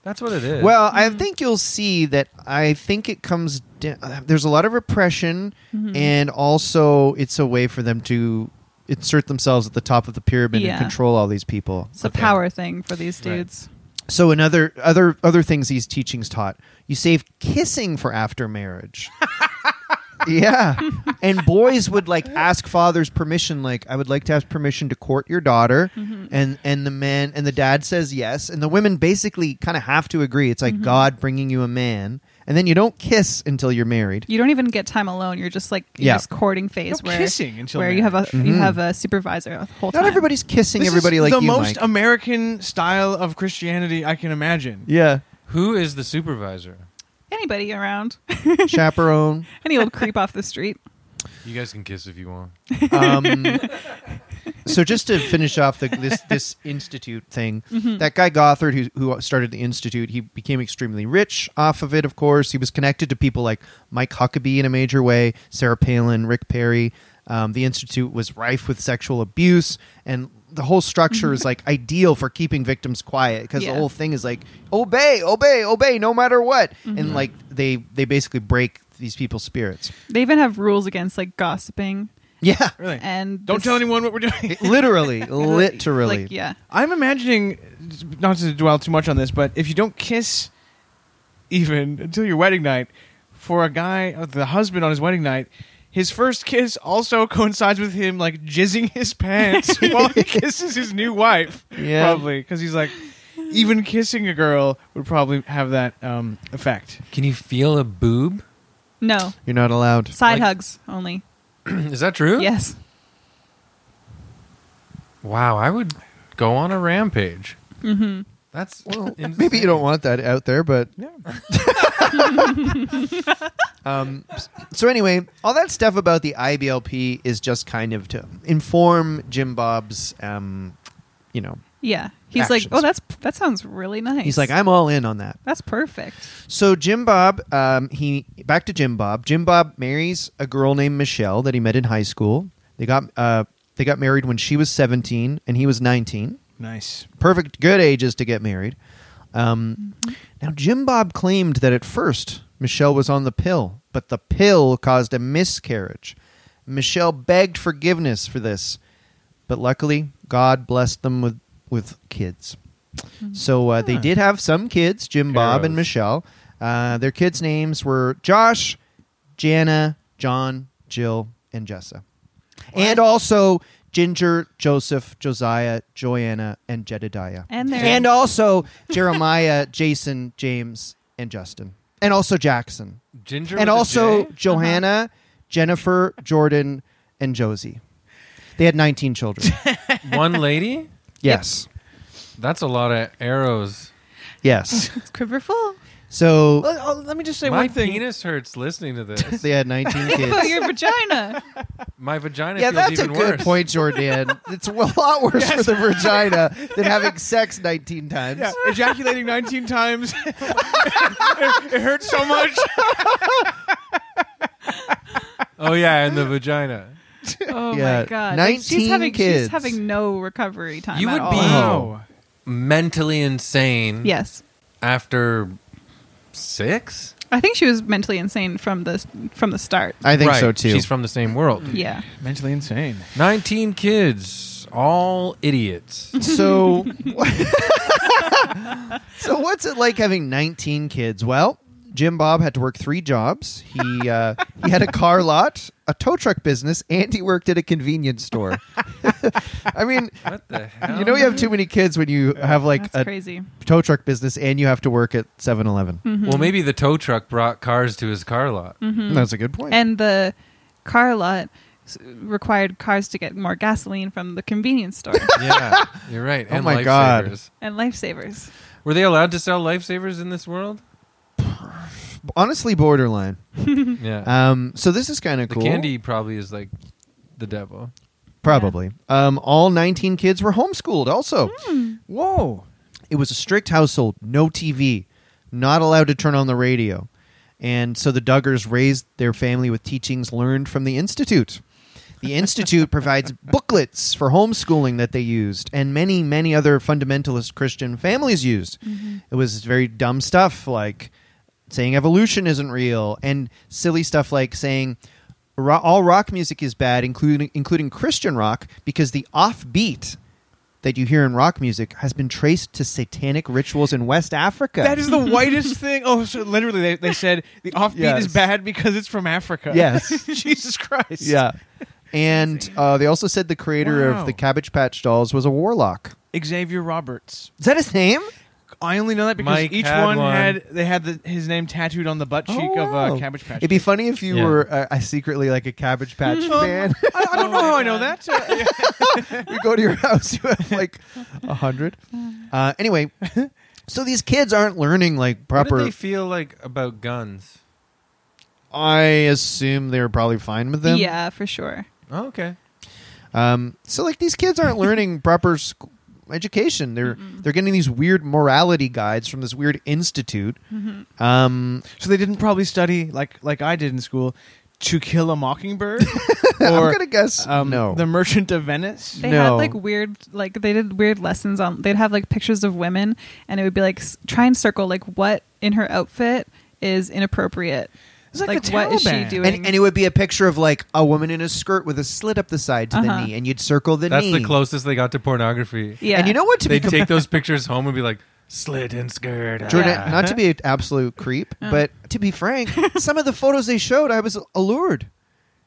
Speaker 2: That's what it is.
Speaker 4: Well, I
Speaker 2: Hmm.
Speaker 4: think you'll see that I think it comes down. Uh, there's a lot of repression,
Speaker 2: Mm-hmm.
Speaker 4: and also it's a way for them to insert themselves at the top of the pyramid
Speaker 5: Yeah.
Speaker 4: and control all these people.
Speaker 5: It's a power thing for these
Speaker 2: Right.
Speaker 5: dudes.
Speaker 4: So another other other things these teachings taught. You save kissing for after marriage. <laughs> yeah. And boys would like ask father's permission like I would like to have permission to court your daughter
Speaker 3: Mm-hmm.
Speaker 4: and and the man and the dad says yes and the women basically kind of have to agree. It's
Speaker 3: Mm-hmm.
Speaker 4: like God bringing you a man and then you don't kiss until you're married.
Speaker 5: You don't even get time alone. You're just like you're
Speaker 4: Yeah.
Speaker 5: just courting phase
Speaker 3: No
Speaker 5: where
Speaker 3: kissing until
Speaker 5: where you have a you
Speaker 4: Mhm.
Speaker 5: have a supervisor the whole time.
Speaker 4: Not everybody's kissing
Speaker 3: This is
Speaker 4: everybody like
Speaker 3: the
Speaker 4: you
Speaker 3: most
Speaker 4: Mike.
Speaker 3: American style of Christianity I can imagine.
Speaker 4: yeah.
Speaker 2: who is the supervisor?
Speaker 5: anybody around. <laughs>
Speaker 4: Chaperone.
Speaker 5: Any old creep off the street.
Speaker 2: You guys can kiss if you
Speaker 4: <laughs>
Speaker 2: want.
Speaker 4: Um, so just to finish off the, this
Speaker 5: <laughs>
Speaker 4: this institute thing,
Speaker 5: Mm-hmm.
Speaker 4: that guy Gothard who who started the institute, he became extremely rich off of it. Of course, he was connected to people like Mike Huckabee in a major way, Sarah Palin, Rick Perry. Um, the institute was rife with sexual abuse, and the whole structure is like ideal for keeping victims quiet because
Speaker 5: Mm-hmm. Yeah.
Speaker 4: the whole thing is like obey, obey, obey, no matter what. And
Speaker 5: Mm-hmm.
Speaker 4: like they they basically break these people's spirits.
Speaker 5: They even have rules against like gossiping
Speaker 4: <laughs> Yeah,
Speaker 3: Really.
Speaker 5: and
Speaker 3: Don't
Speaker 5: this-
Speaker 3: tell anyone what we're
Speaker 4: <laughs>
Speaker 3: doing.
Speaker 5: <laughs>
Speaker 4: literally, literally.
Speaker 5: Like, yeah,
Speaker 3: I'm imagining, not to dwell too much on this, but if you don't kiss even until your wedding night, for a guy, uh, the husband on his wedding night, his first kiss also <laughs> coincides with him like jizzing his <laughs> pants while he kisses his new wife.
Speaker 4: Yeah.
Speaker 3: Probably because he's like, even kissing a girl would probably have that um, effect.
Speaker 2: Can you feel a boob?
Speaker 5: no
Speaker 4: You're not allowed.
Speaker 5: side
Speaker 2: Like-
Speaker 5: hugs only.
Speaker 2: <clears throat> is that true?
Speaker 5: Yes,
Speaker 2: Wow, I would go on a rampage. Mm-hmm. That's
Speaker 4: Maybe you don't want that out there, but
Speaker 3: Yeah.
Speaker 4: <laughs> um, so anyway, all that stuff about the IBLP is just kind of to inform Jim Bob's, um, you know,
Speaker 5: Yeah. He's
Speaker 4: Actions.
Speaker 5: like, oh, that's that sounds really nice.
Speaker 4: He's like, I'm all in on that.
Speaker 5: that's perfect.
Speaker 4: So Jim Bob, um, he back to Jim Bob. Jim Bob marries a girl named Michelle that he met in high school. They got uh, they got married when she was 17 and he was 19.
Speaker 3: Nice.
Speaker 4: Perfect, good ages to get married. Um, Now Jim Bob claimed that at first Michelle was on the pill, but the pill caused a miscarriage. Michelle begged forgiveness for this, but luckily God blessed them with with kids. So uh, they did have some kids, Jim Bob and
Speaker 2: Arrows.
Speaker 4: Michelle. Uh, their kids' names were Josh, Jana, John, Jill, and Jessa. And also Ginger, Joseph, Josiah, Joanna, and Jedediah.
Speaker 5: And there-
Speaker 4: and also Jeremiah, <laughs> Jason, James, and Justin. And also Jackson.
Speaker 2: Ginger
Speaker 4: And
Speaker 2: with a
Speaker 4: also
Speaker 2: J?
Speaker 4: Johanna, Jennifer, Jordan, and Josie. They had 19 <laughs> children.
Speaker 2: one lady.
Speaker 4: yes.
Speaker 2: That's a lot of arrows.
Speaker 4: <laughs> Yes.
Speaker 5: It's quiverful.
Speaker 4: So
Speaker 3: Let, oh, let me just say
Speaker 2: My
Speaker 3: one thing.
Speaker 2: penis hurts listening to
Speaker 4: <laughs>
Speaker 2: this.
Speaker 4: they had 19 kids.
Speaker 5: About your vagina.
Speaker 2: My vagina
Speaker 4: yeah,
Speaker 2: feels
Speaker 4: that's a
Speaker 2: even
Speaker 4: good
Speaker 2: worse.
Speaker 4: point, Jordan. It's a lot worse for <laughs> the vagina than having sex 19 times.
Speaker 3: Yeah, ejaculating 19 <laughs> times. it, it hurts so much.
Speaker 2: Oh yeah, and the vagina.
Speaker 5: Oh
Speaker 4: Yeah,
Speaker 5: my god.
Speaker 4: 19
Speaker 5: she's having
Speaker 4: kids.
Speaker 5: she's having no recovery time.
Speaker 2: You
Speaker 5: at
Speaker 2: would
Speaker 5: all.
Speaker 2: be-
Speaker 3: Wow.
Speaker 2: Mentally
Speaker 4: Mm-hmm.
Speaker 2: insane.
Speaker 5: Yes.
Speaker 2: After six.
Speaker 5: I think she was mentally insane from the from the start.
Speaker 4: I think
Speaker 2: Right.
Speaker 4: so too.
Speaker 2: She's from the same world.
Speaker 5: Yeah.
Speaker 3: Mentally insane.
Speaker 2: Nineteen kids, all idiots.
Speaker 4: so, so what's it like having 19 kids? Well, Jim Bob had to work three jobs. He uh, he had a car lot, a tow truck business, and he worked at a convenience store. <laughs> I mean,
Speaker 2: What the hell?
Speaker 4: you know, you have too many kids when you have like
Speaker 5: That's
Speaker 4: a
Speaker 5: crazy.
Speaker 4: tow truck business and you have to work at 7-Eleven.
Speaker 2: Well, maybe the tow truck brought cars to his car lot.
Speaker 4: That's a good point.
Speaker 5: Mm-hmm. And the car lot s- required cars to get more gasoline from the
Speaker 4: <laughs>
Speaker 5: convenience store
Speaker 2: Yeah, you're right.
Speaker 4: Oh
Speaker 2: and
Speaker 4: my God.
Speaker 2: lifesavers.
Speaker 5: and lifesavers.
Speaker 2: Were they allowed to sell lifesavers in this world?
Speaker 4: Honestly, borderline.
Speaker 2: Yeah.
Speaker 4: Um, so this is kind of
Speaker 2: the
Speaker 4: cool.
Speaker 2: candy probably is like the devil.
Speaker 4: Probably. Um, all 19 kids were homeschooled also.
Speaker 3: Whoa.
Speaker 4: It was a strict household, no TV, not allowed to turn on the radio. And so the Duggars raised their family with teachings learned from the Institute.
Speaker 3: <laughs>
Speaker 4: The Institute provides booklets for homeschooling that they used, and many, many other fundamentalist Christian families used.
Speaker 3: Mm-hmm.
Speaker 4: It was very dumb stuff like saying evolution isn't real, and silly stuff like saying ro- all rock music is bad, including, including Christian rock, because the offbeat that you hear in rock music has been traced to satanic rituals in West Africa.
Speaker 3: That is the whitest thing. Oh, so literally, they, they said the offbeat
Speaker 4: Yes.
Speaker 3: is bad because it's from Africa.
Speaker 4: Yes.
Speaker 3: <laughs> Jesus Christ.
Speaker 4: yeah. And uh, they also said the creator
Speaker 3: Wow.
Speaker 4: of the Cabbage Patch Dolls was a warlock.
Speaker 3: Xavier Roberts.
Speaker 4: Is that his name?
Speaker 3: I only know that because
Speaker 2: Mike
Speaker 3: each
Speaker 2: had
Speaker 3: one,
Speaker 2: one.
Speaker 3: had they had the, his name tattooed on the butt cheek
Speaker 4: Oh,
Speaker 3: of a
Speaker 4: wow.
Speaker 3: cabbage patch.
Speaker 4: It'd be funny if you
Speaker 2: Yeah.
Speaker 4: were uh, uh, secretly like a Cabbage Patch fan. <laughs>
Speaker 3: I, I don't know how I know that. Uh, <laughs> yeah.
Speaker 4: you go to your house, you have like a hundred. Uh, anyway, so these kids aren't learning like
Speaker 2: What
Speaker 4: proper.
Speaker 2: did they feel like about guns?
Speaker 4: I assume they were probably fine with them.
Speaker 5: Yeah, for sure.
Speaker 2: Oh, okay.
Speaker 4: Um, so like these kids aren't learning proper sc- education. They're they're getting these weird morality guides from this weird institute. Um,
Speaker 3: So they didn't probably study like like I did in school, To Kill a Mockingbird, or
Speaker 4: <laughs> I'm gonna guess
Speaker 3: um,
Speaker 4: no.
Speaker 3: The Merchant of Venice.
Speaker 5: They had
Speaker 4: No.
Speaker 5: like weird, like they did weird lessons on. They'd have like pictures of women, and it would be like s- try and circle like what in her outfit is inappropriate.
Speaker 3: It's like the
Speaker 5: what is she
Speaker 3: Taliban.
Speaker 5: doing?
Speaker 4: and, and it would be a picture of like a woman in a skirt with a slit up the side to the
Speaker 5: Uh-huh.
Speaker 4: knee, and you'd circle the
Speaker 2: That's
Speaker 4: knee.
Speaker 2: the closest they got to
Speaker 4: <laughs>
Speaker 2: pornography.
Speaker 5: yeah,
Speaker 4: And you know what? To
Speaker 2: They'd
Speaker 4: be com-
Speaker 2: take those pictures home and be like, slit and skirt. ah."
Speaker 4: <laughs> Jordan, not to be an absolute creep,
Speaker 5: Uh-huh.
Speaker 4: but to be
Speaker 5: <laughs>
Speaker 4: frank, some of the photos they showed, I was allured.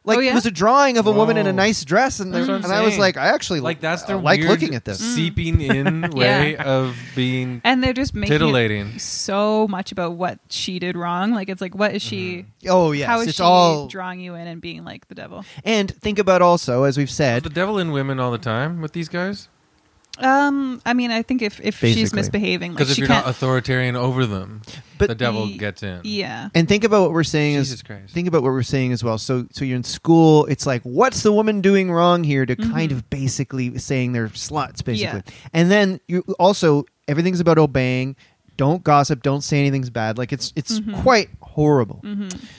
Speaker 4: Like
Speaker 5: Oh, yeah?
Speaker 4: it was a drawing of a woman in a
Speaker 2: Whoa.
Speaker 4: nice dress, and,
Speaker 2: That's what I'm
Speaker 4: and I was
Speaker 2: saying.
Speaker 4: like, I actually
Speaker 2: like that's
Speaker 4: uh,
Speaker 2: their
Speaker 4: like
Speaker 2: weird
Speaker 4: looking at this.
Speaker 2: seeping in way of being
Speaker 5: and they're just making it
Speaker 2: Titillating.
Speaker 5: so much about what she did wrong. Like it's like what is she?
Speaker 4: Oh yes,
Speaker 5: Mm-hmm. how is
Speaker 4: it's
Speaker 5: she
Speaker 4: all.
Speaker 5: drawing you in and being like the devil?
Speaker 4: and think about also, as we've
Speaker 2: Is the
Speaker 4: said,
Speaker 2: devil in women all the time with these guys.
Speaker 5: Um, I mean, I think if, if she's
Speaker 4: Basically.
Speaker 5: misbehaving, like
Speaker 2: Because if
Speaker 5: she
Speaker 2: you're
Speaker 5: can't.
Speaker 2: not authoritarian over them,
Speaker 4: But-
Speaker 2: the devil
Speaker 5: Ye-
Speaker 2: gets in.
Speaker 5: yeah,
Speaker 4: And think about what we're saying
Speaker 2: Jesus
Speaker 4: is
Speaker 2: Christ.
Speaker 4: think about what we're saying as well. So so you're in school, it's like what's the woman doing wrong here to kind of basically saying they're sluts basically. And then you also everything's about obeying, don't gossip, don't say anything's bad. Like it's it's quite horrible.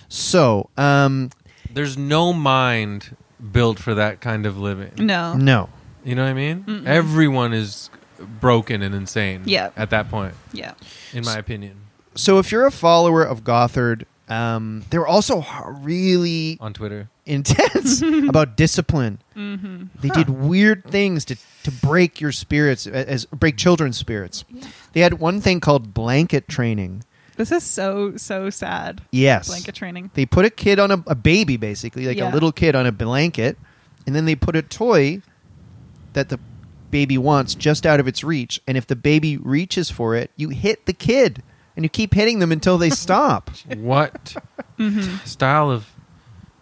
Speaker 4: So, um
Speaker 2: There's no mind built for that kind of living.
Speaker 4: Mm.
Speaker 5: no,
Speaker 4: no.
Speaker 2: You know what I mean? Everyone is broken and insane.
Speaker 5: Yeah.
Speaker 2: At that point,
Speaker 5: yeah,
Speaker 2: in my opinion,
Speaker 4: So if you're a follower of Gothard, um they're also h- really
Speaker 2: on Twitter.
Speaker 5: <laughs>
Speaker 4: intense about discipline.
Speaker 5: Mm-hmm.
Speaker 4: They did weird things to, to break your spirits, a- as break children's spirits. They had one thing called blanket training.
Speaker 5: this is so so sad.
Speaker 4: Yes,
Speaker 5: Blanket training.
Speaker 4: They put a kid on a, a baby, basically like a
Speaker 5: Yeah.
Speaker 4: little kid on a blanket, and then they put a toy that the baby wants just out of its reach. And if the baby reaches for it, you hit the kid, and you keep hitting them until
Speaker 5: <laughs>
Speaker 4: they stop.
Speaker 2: What
Speaker 5: Mm-hmm.
Speaker 2: style of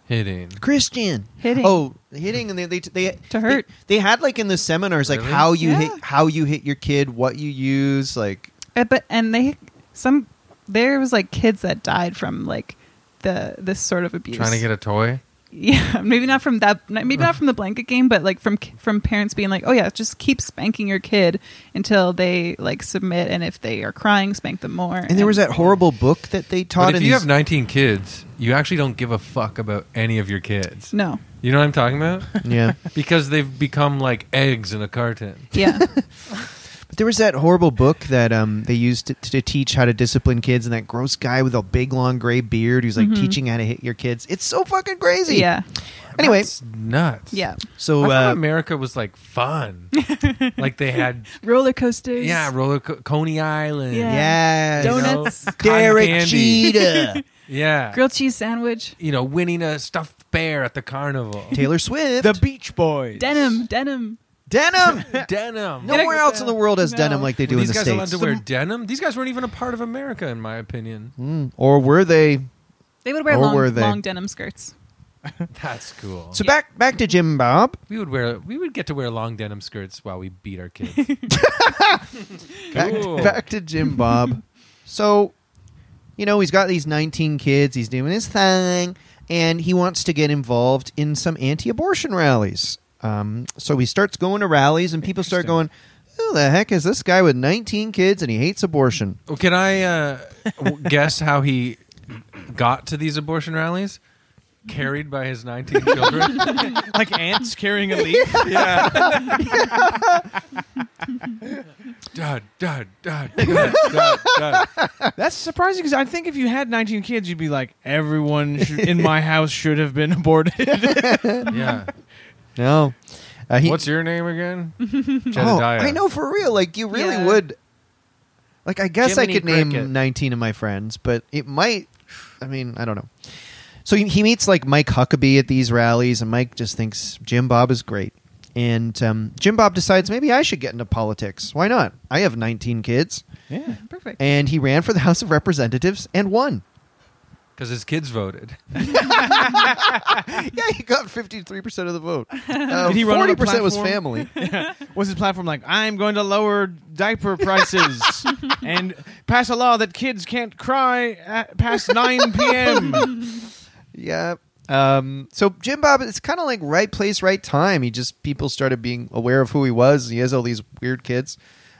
Speaker 2: hitting?
Speaker 4: Christian
Speaker 5: Hitting.
Speaker 4: Oh, hitting, and they they they
Speaker 5: To hurt.
Speaker 4: They, they had like in the seminars like
Speaker 2: Really?
Speaker 4: how you
Speaker 5: Yeah.
Speaker 4: hit how you hit your kid, what you use, like
Speaker 5: Uh, but and they some there was like kids that died from like the this sort of abuse.
Speaker 2: Trying to get a toy?
Speaker 5: <laughs> yeah, maybe not from that, maybe not from the blanket game, but like from from parents being like, oh yeah, just keep spanking your kid until they like submit, and if they are crying, spank them more.
Speaker 4: And there was that horrible book that they taught.
Speaker 2: But if
Speaker 4: in
Speaker 2: you
Speaker 4: these-
Speaker 2: have 19 kids, you actually don't give a fuck about any of your kids.
Speaker 5: no,
Speaker 2: You know what I'm talking about?
Speaker 4: <laughs>
Speaker 5: <laughs>
Speaker 4: yeah,
Speaker 2: because they've become like eggs in a carton.
Speaker 4: <laughs>
Speaker 5: yeah,
Speaker 4: but there was that horrible book that um they used to, to teach how to discipline kids, and that gross guy with a big long gray beard who's like teaching how to hit your kids. It's so fucking crazy.
Speaker 5: Mm-hmm. yeah,
Speaker 4: Anyway,
Speaker 2: That's nuts.
Speaker 5: yeah.
Speaker 4: so
Speaker 2: I thought
Speaker 4: uh,
Speaker 2: America was like
Speaker 5: <laughs>
Speaker 2: fun. like they had
Speaker 5: Roller coasters.
Speaker 2: yeah, roller co- Coney Island.
Speaker 5: Yeah.
Speaker 4: yeah,
Speaker 5: Donuts.
Speaker 2: Cotton
Speaker 4: Derek
Speaker 2: candy. <laughs>
Speaker 4: Jeter,
Speaker 2: Yeah.
Speaker 5: grilled cheese sandwich,
Speaker 2: you know, winning a stuffed bear at the carnival.
Speaker 4: Taylor Swift,
Speaker 3: The Beach Boys.
Speaker 5: denim, denim.
Speaker 2: <laughs>
Speaker 4: denim.
Speaker 2: denim.
Speaker 5: No.
Speaker 4: Nowhere else in the world has
Speaker 5: No.
Speaker 4: denim like they
Speaker 2: Were
Speaker 4: do
Speaker 2: these
Speaker 4: in the
Speaker 2: guys allowed
Speaker 4: states.
Speaker 2: to wear denim? These guys weren't even a part of America, in my opinion.
Speaker 4: Mm. Or were they?
Speaker 5: They would wear
Speaker 4: Or
Speaker 5: long,
Speaker 4: were they?
Speaker 5: long denim skirts.
Speaker 2: That's cool.
Speaker 4: So
Speaker 5: Yeah.
Speaker 4: back back to Jim Bob.
Speaker 2: we would wear we would get to wear long denim skirts while we beat our
Speaker 4: <laughs>
Speaker 5: <laughs>
Speaker 2: kids.
Speaker 4: Back,
Speaker 2: Cool.
Speaker 4: <laughs> back to Jim Bob. so, you know, he's got these 19 kids. He's doing his thing, and he wants to get involved in some anti-abortion rallies. Um, so he starts going to rallies, and people start going, "Who the heck is this guy with 19 kids and he hates abortion?"
Speaker 2: Well, Can I uh, w- guess how he got to these abortion rallies? Carried by his 19 children.
Speaker 3: like ants carrying a leaf.
Speaker 2: dud, dud, dud, dud, dud, dud.
Speaker 3: That's surprising because I think if you had 19 kids, you'd be like,
Speaker 2: <laughs>
Speaker 3: everyone should, in my house should have been aborted.
Speaker 2: Yeah.
Speaker 4: No, uh, he,
Speaker 2: What's your name
Speaker 4: <laughs>
Speaker 2: again?
Speaker 4: oh,
Speaker 2: Jedediah.
Speaker 4: I know for real. Like you really
Speaker 5: Yeah.
Speaker 4: would. Like I guess I
Speaker 2: Jiminy
Speaker 4: could
Speaker 2: Cricket.
Speaker 4: name 19 of my friends, but it might. I mean, I don't know. So he, he meets like Mike Huckabee at these rallies, and Mike just thinks Jim Bob is great. And um, Jim Bob decides maybe I should get into politics. Why not? I have 19 kids,
Speaker 3: <laughs> yeah.
Speaker 5: Perfect. <laughs>
Speaker 4: and he ran for the <laughs> House of Representatives
Speaker 3: <laughs>
Speaker 4: and won.
Speaker 2: Because his kids voted.
Speaker 4: Yeah, he got 53 percent of the vote. Uh,
Speaker 3: Did he run on a
Speaker 4: 40 percent was
Speaker 3: platform?
Speaker 4: family.
Speaker 3: Was his platform like, I'm going to lower diaper prices
Speaker 2: <laughs>
Speaker 3: and pass a law that kids can't cry at past 9
Speaker 2: <laughs>
Speaker 3: p.m.?
Speaker 4: Yeah. Um, so Jim Bob, it's kind of like right place, right time. He just people started being aware of who he was. He has all these weird kids.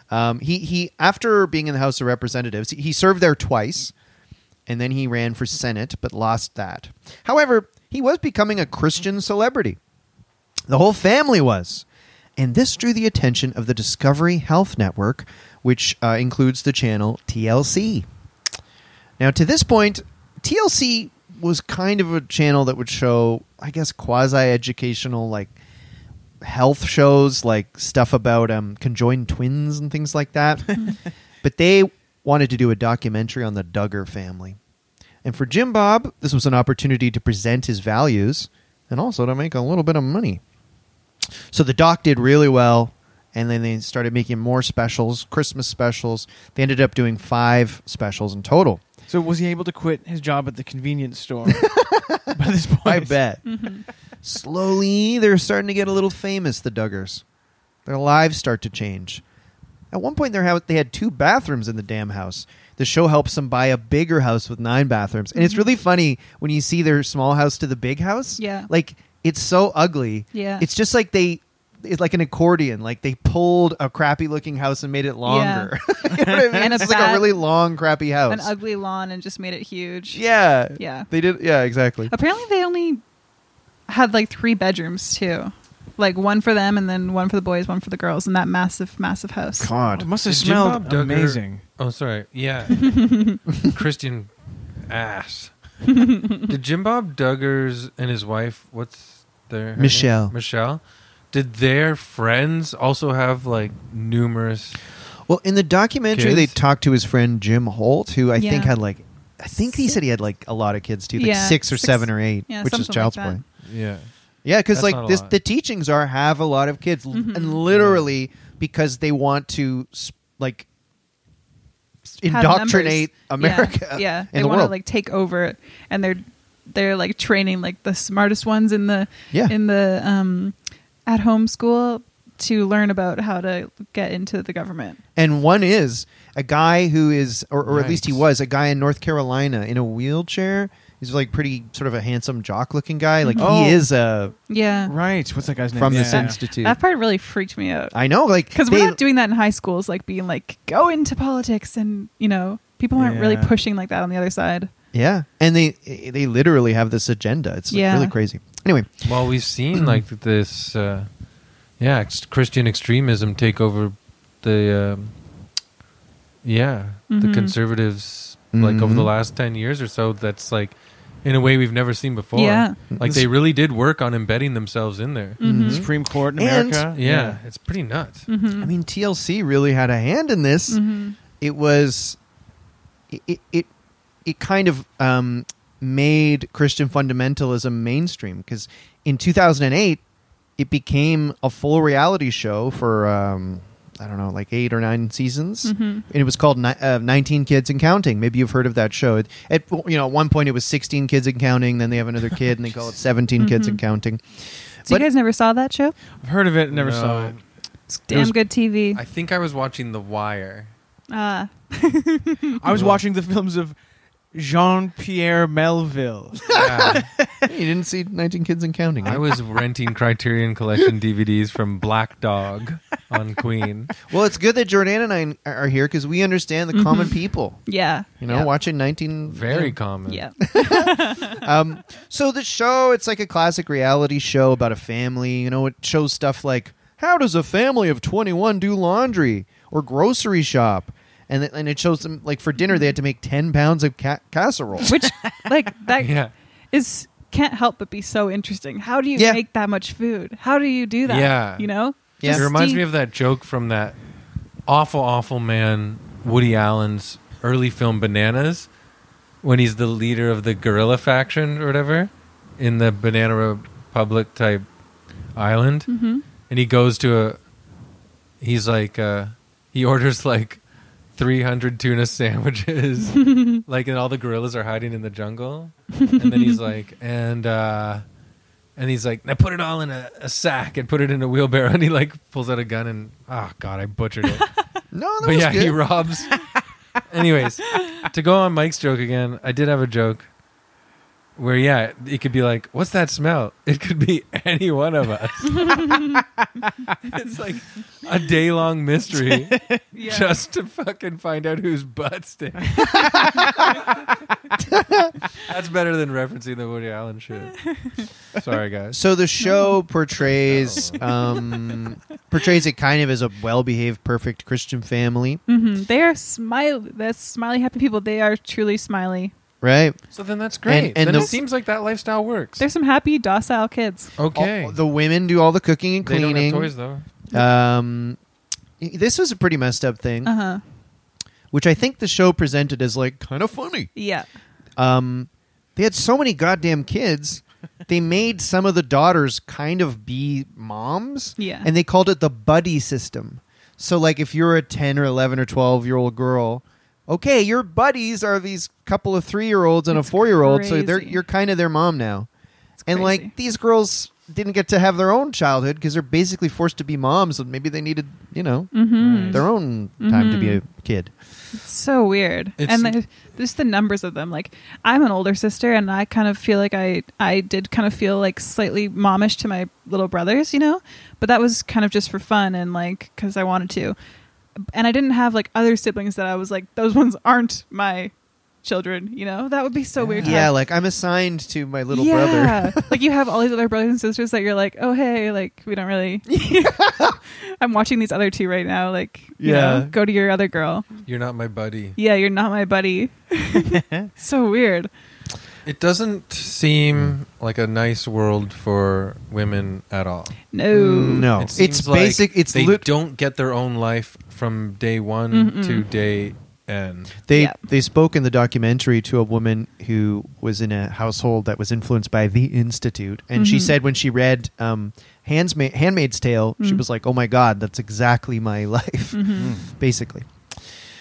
Speaker 4: Um, he he after being in the House of Representatives, he served there twice, and then he ran for Senate but lost that. However, he was becoming a Christian celebrity. The whole family was. And this drew the attention of the Discovery Health Network, which uh, includes the channel TLC. Now, to this point, TLC was kind of a channel that would show, I guess, quasi educational, like health shows, like stuff about um, conjoined twins and things like that. but they wanted to do a documentary on the Duggar family. And for Jim Bob, this was an opportunity to present his values and also to make a little bit of money. So the doc did really well, and then they started making more specials, Christmas specials. They ended up doing five specials in total.
Speaker 3: So was he able to quit his job at the convenience store
Speaker 2: <laughs>
Speaker 3: by this point?
Speaker 5: <laughs> Mm-hmm.
Speaker 4: I bet. Slowly, they're starting to get a little famous, the Duggars. Their lives start to change. At one point, their house they had two bathrooms in the damn house. The show helps them buy a bigger house with nine bathrooms, and
Speaker 5: Mm-hmm.
Speaker 4: it's really funny when you see their small house to the big house.
Speaker 5: Yeah.
Speaker 4: like it's so ugly.
Speaker 5: Yeah.
Speaker 4: it's just like they. It's like an accordion. Like they pulled a crappy looking house and made it longer. you know what I mean? <laughs>
Speaker 5: And a
Speaker 4: it's just like a
Speaker 5: bad-
Speaker 4: really long, crappy house.
Speaker 5: an ugly lawn and just made it huge.
Speaker 4: yeah.
Speaker 5: Yeah.
Speaker 4: They did. Yeah, exactly.
Speaker 5: Apparently, they only had like three bedrooms too, like one for them and then one for the boys, one for the girls in that massive, massive house.
Speaker 3: It
Speaker 4: God.
Speaker 3: must have
Speaker 2: Did Jim
Speaker 3: smelled
Speaker 2: Bob Duggar-
Speaker 3: amazing.
Speaker 2: Oh, sorry. Yeah.
Speaker 4: <laughs>
Speaker 2: Christian ass. did Jim Bob Duggars and his wife, what's their her name?
Speaker 4: Michelle.
Speaker 2: Michelle. Did their friends also have like numerous?
Speaker 4: Well, in the documentary,
Speaker 2: Kids?
Speaker 4: they talked to his friend Jim Holt, who I
Speaker 5: Yeah.
Speaker 4: think had like, I think he said he had like a lot of kids too, like
Speaker 5: Yeah,
Speaker 4: six or
Speaker 5: six-
Speaker 4: seven or eight,
Speaker 5: yeah,
Speaker 4: which is
Speaker 5: something like
Speaker 4: child's
Speaker 5: that.
Speaker 4: play.
Speaker 2: Yeah.
Speaker 4: Yeah, because
Speaker 2: That's not
Speaker 4: like
Speaker 2: a
Speaker 4: this,
Speaker 2: lot.
Speaker 4: the teachings are have a lot of kids, l-
Speaker 5: Mm-hmm.
Speaker 4: and literally because they want to s- like s-
Speaker 5: Had numbers.
Speaker 4: indoctrinate
Speaker 5: Yeah,
Speaker 4: America. <laughs>
Speaker 5: Yeah,
Speaker 4: and
Speaker 5: they
Speaker 4: the
Speaker 5: want to
Speaker 4: world.
Speaker 5: like take over, and they're they're like training like the smartest ones in the
Speaker 4: Yeah.
Speaker 5: in the um at home school to learn about how to get into the government.
Speaker 4: and one is a guy who is, or, or at least he
Speaker 2: Yikes.
Speaker 4: was, a guy in North Carolina in a wheelchair. He's like pretty sort of a handsome jock looking guy. Like
Speaker 2: Mm-hmm.
Speaker 3: Oh.
Speaker 4: he is a
Speaker 5: Yeah,
Speaker 3: Right. What's that guy's name?
Speaker 4: from
Speaker 3: yeah.
Speaker 4: this institute.
Speaker 5: that part really freaked me out.
Speaker 4: I know, like
Speaker 5: because
Speaker 4: they-
Speaker 5: we're not doing that in high schools like being like go into politics and you know people aren't really
Speaker 3: Yeah.
Speaker 5: pushing like that on the other side
Speaker 4: Yeah, and they they literally have this agenda. It's like,
Speaker 5: Yeah.
Speaker 4: really crazy. Anyway,
Speaker 2: Well, we've seen like this, uh, yeah, ex- Christian extremism take over the, um, yeah, the
Speaker 5: Mhm.
Speaker 2: conservatives like over the
Speaker 4: Mhm.
Speaker 2: last ten years or so. That's like in a way we've never seen before.
Speaker 5: Yeah.
Speaker 2: like they really did work on embedding themselves in there.
Speaker 4: Mm-hmm.
Speaker 5: Mhm.
Speaker 3: Supreme Court in
Speaker 4: And-
Speaker 3: America.
Speaker 5: Mm-hmm.
Speaker 2: Yeah, it's pretty nuts.
Speaker 4: I mean TLC really had a hand in this.
Speaker 5: Mhm.
Speaker 4: It was it it it, it kind of um, made Christian fundamentalism mainstream because in 2008 it became a full reality show for um, I don't know like eight or nine seasons, and it was called Ni- uh, 19 Kids and Counting. Maybe you've heard of that show. It, at you know at one point it was 16 Kids and Counting, then they have another kid and they call it 17 Kids and Counting.
Speaker 5: so
Speaker 4: But-
Speaker 5: you guys never saw that show
Speaker 3: I've heard of it. Never
Speaker 2: No.
Speaker 3: saw it.
Speaker 5: it's damn
Speaker 4: was-
Speaker 5: good tv
Speaker 2: I think I was watching The
Speaker 5: <laughs>
Speaker 2: Wire.
Speaker 5: Ah,
Speaker 3: I was watching the films of Jean Pierre Melville.
Speaker 2: Yeah,
Speaker 4: You didn't see 19 Kids and Counting.
Speaker 2: I
Speaker 4: huh?
Speaker 2: was renting Criterion Collection DVDs from Black Dog on Queen.
Speaker 4: Well, it's good that Jordan and I are here because we understand the common people.
Speaker 5: yeah
Speaker 4: You know,
Speaker 5: yeah.
Speaker 4: watching 19.
Speaker 2: Very common.
Speaker 5: yeah
Speaker 4: Um, so the show, it's like a classic reality show about a family. You know, it shows stuff like how does a family of 21 do laundry or grocery shop? And, it- and it shows them, like, for dinner, they had to make 10 pounds of ca- <laughs> casserole.
Speaker 5: which like that
Speaker 2: Yeah.
Speaker 5: is- can't help but be so interesting how do you
Speaker 4: Yeah.
Speaker 5: make that much food how do you do that
Speaker 2: Yeah.
Speaker 5: you know
Speaker 4: Yeah.
Speaker 2: It
Speaker 4: Just
Speaker 2: reminds
Speaker 5: steam-
Speaker 2: me of that joke from that awful, awful man, Woody Allen's early film Bananas, when he's the leader of the guerrilla faction or whatever in the Banana Republic type island. Mm-hmm. And he goes to a, he's like, uh, he orders like 300 tuna sandwiches, like, and all the gorillas are hiding in the jungle. And then he's like, and, uh, and he's like, now put it all in a, a sack and put it in a wheelbarrow. <laughs> And he like pulls out a gun and, oh God, I butchered it.
Speaker 4: No, <laughs> that
Speaker 2: but
Speaker 4: was
Speaker 2: yeah,
Speaker 4: good.
Speaker 2: he
Speaker 4: <laughs>
Speaker 2: robs. Anyways, to go on Mike's joke again, I did have a joke where, yeah, it could be like, what's that smell? <laughs> It could be any one of
Speaker 4: <laughs>
Speaker 2: us. <laughs> it's like a day long
Speaker 4: <laughs>
Speaker 2: mystery <laughs>
Speaker 5: yeah.
Speaker 2: just to fucking find out whose butt
Speaker 4: <laughs>
Speaker 2: stinks. That's better than referencing the Woody Allen shit.
Speaker 4: <laughs>
Speaker 2: Sorry, guys.
Speaker 4: So the show <laughs> portrays um, portrays it kind of as a well-behaved, perfect Christian family,
Speaker 5: Mhm. they are smile they're smiley happy people they are truly smiley
Speaker 4: right?
Speaker 2: So then that's great.
Speaker 4: And- and
Speaker 2: then
Speaker 4: the-
Speaker 2: it seems like that lifestyle works.
Speaker 5: they're some happy docile kids
Speaker 2: okay.
Speaker 4: All- the women do all the cooking and
Speaker 2: they
Speaker 4: cleaning.
Speaker 2: don't have toys though.
Speaker 4: Um, y- this was a pretty messed up thing,
Speaker 5: uh-huh
Speaker 4: which I think the show presented as like kind of funny.
Speaker 5: yeah
Speaker 4: Um, they had so many
Speaker 2: <laughs>
Speaker 4: goddamn kids. They made some of the daughters kind of be moms.
Speaker 5: Yeah.
Speaker 4: And they called it the buddy system. So, like, if you're a 10 or 11 or 12 year old girl, okay, your buddies are these couple of three year olds and a
Speaker 5: It's
Speaker 4: four year old. So they're,
Speaker 5: crazy.
Speaker 4: you're kind of their mom now.
Speaker 5: It's
Speaker 4: And,
Speaker 5: crazy.
Speaker 4: like, these girls didn't get to have their own childhood because they're basically forced to be moms, and maybe they needed, you know,
Speaker 5: Mm-hmm.
Speaker 4: their own time to be a kid.
Speaker 5: It's so weird.
Speaker 2: It's-
Speaker 5: and the, just the numbers of them. Like I'm an older sister, and I kind of feel like I I did kind of feel like slightly momish to my little brothers, you know. But that was kind of just for fun and like because I wanted to. And I didn't have like other siblings that I was like those ones aren't my children, you know. That would be so weird. to
Speaker 4: Yeah,
Speaker 5: have
Speaker 4: like I'm assigned to my little brother. <laughs>
Speaker 5: yeah. like you have all these other brothers and sisters that you're like, oh hey, like we
Speaker 4: <laughs>
Speaker 5: don't really. <laughs> I'm watching these other two right now. Like, you
Speaker 4: Yeah.
Speaker 5: know, go to your other girl.
Speaker 2: You're not my buddy.
Speaker 5: Yeah, you're not
Speaker 4: <laughs>
Speaker 5: my buddy. so weird.
Speaker 2: It doesn't seem like a nice world for women at all.
Speaker 5: No.
Speaker 4: No,
Speaker 2: It seems
Speaker 4: it's
Speaker 2: like
Speaker 4: basic. It's
Speaker 2: they
Speaker 4: lit-
Speaker 2: don't get their own life from day one to day end.
Speaker 4: They
Speaker 5: Yeah.
Speaker 4: they spoke in the documentary to a woman who was in a household that was influenced by the Institute, and
Speaker 5: Mm-hmm.
Speaker 4: she said when she read um, Handsma- Handmaid's Tale, she
Speaker 5: Mm-hmm.
Speaker 4: was like, "Oh my God, that's exactly my <laughs> life."
Speaker 2: Hmm.
Speaker 4: Basically,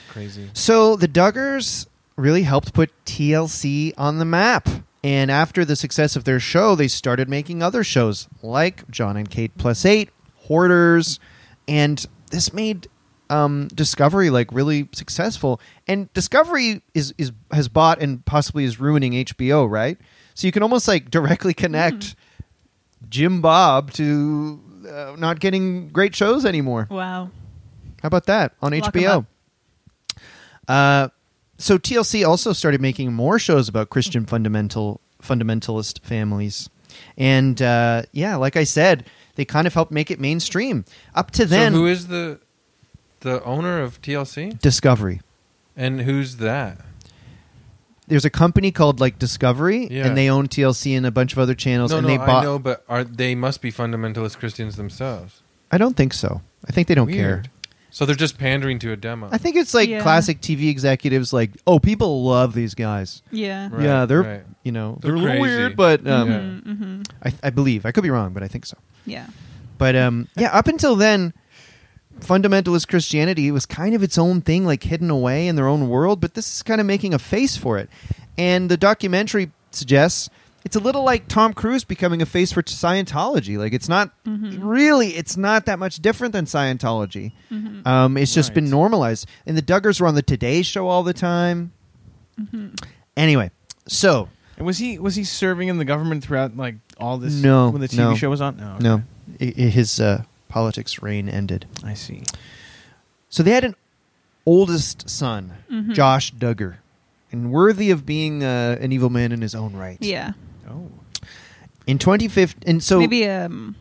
Speaker 2: Crazy.
Speaker 4: so the Duggars really helped put TLC on the map. And after the success of their show, they started making other shows like John and Kate Plus Eight, Hoarders, and this made um, Discovery like really successful. And Discovery is, is has bought and possibly is ruining HBO, right? So you can almost like directly connect Jim Bob to uh, not getting great shows anymore.
Speaker 5: Wow.
Speaker 4: How about that on
Speaker 5: Lock 'em
Speaker 4: HBO?
Speaker 5: up.
Speaker 4: Uh, so TLC also started making more shows about Christian fundamental fundamentalist families, and uh, yeah, like I said, they kind of helped make it mainstream. Up to then,
Speaker 2: so who is the the owner of TLC?
Speaker 4: Discovery.
Speaker 2: And who's that?
Speaker 4: There's a company called like Discovery,
Speaker 2: Yeah.
Speaker 4: and they own TLC and a bunch of other channels,
Speaker 2: No,
Speaker 4: and
Speaker 2: no,
Speaker 4: they
Speaker 2: I
Speaker 4: bought.
Speaker 2: know, but are they must be fundamentalist Christians themselves?
Speaker 4: I don't think so. I think they don't care.
Speaker 2: Weird. So they're just pandering to a demo.
Speaker 4: I think it's like
Speaker 5: Yeah.
Speaker 4: classic TV executives, like, oh, people love these guys.
Speaker 5: Yeah.
Speaker 2: Right,
Speaker 4: yeah, they're
Speaker 2: right.
Speaker 4: you know
Speaker 2: They're
Speaker 4: they're, a little
Speaker 2: crazy.
Speaker 4: weird, but um,
Speaker 2: Yeah.
Speaker 5: Mm-hmm.
Speaker 4: I, I believe I could be wrong, but I think so.
Speaker 5: Yeah.
Speaker 4: But um, yeah, up until then, fundamentalist Christianity was kind of its own thing, like hidden away in their own world. But this is kind of making a face for it, and the documentary suggests it's a little like Tom Cruise becoming a face for Scientology. Like it's not really, it's not that much different than Scientology. Um, it's just been normalized, and the Duggars were on the Today Show all the time. Anyway, so
Speaker 3: And was he was he serving in the government throughout like all this?
Speaker 4: No,
Speaker 3: when the TV
Speaker 4: no.
Speaker 3: show was on. No, okay.
Speaker 4: no, i- i- his uh, politics reign ended.
Speaker 3: I see.
Speaker 4: So they had an oldest son,
Speaker 5: Mm-hmm.
Speaker 4: Josh Duggar, and worthy of being uh, an evil man in his own right.
Speaker 5: Yeah.
Speaker 3: Oh,
Speaker 4: In 2015, and so
Speaker 5: Maybe um,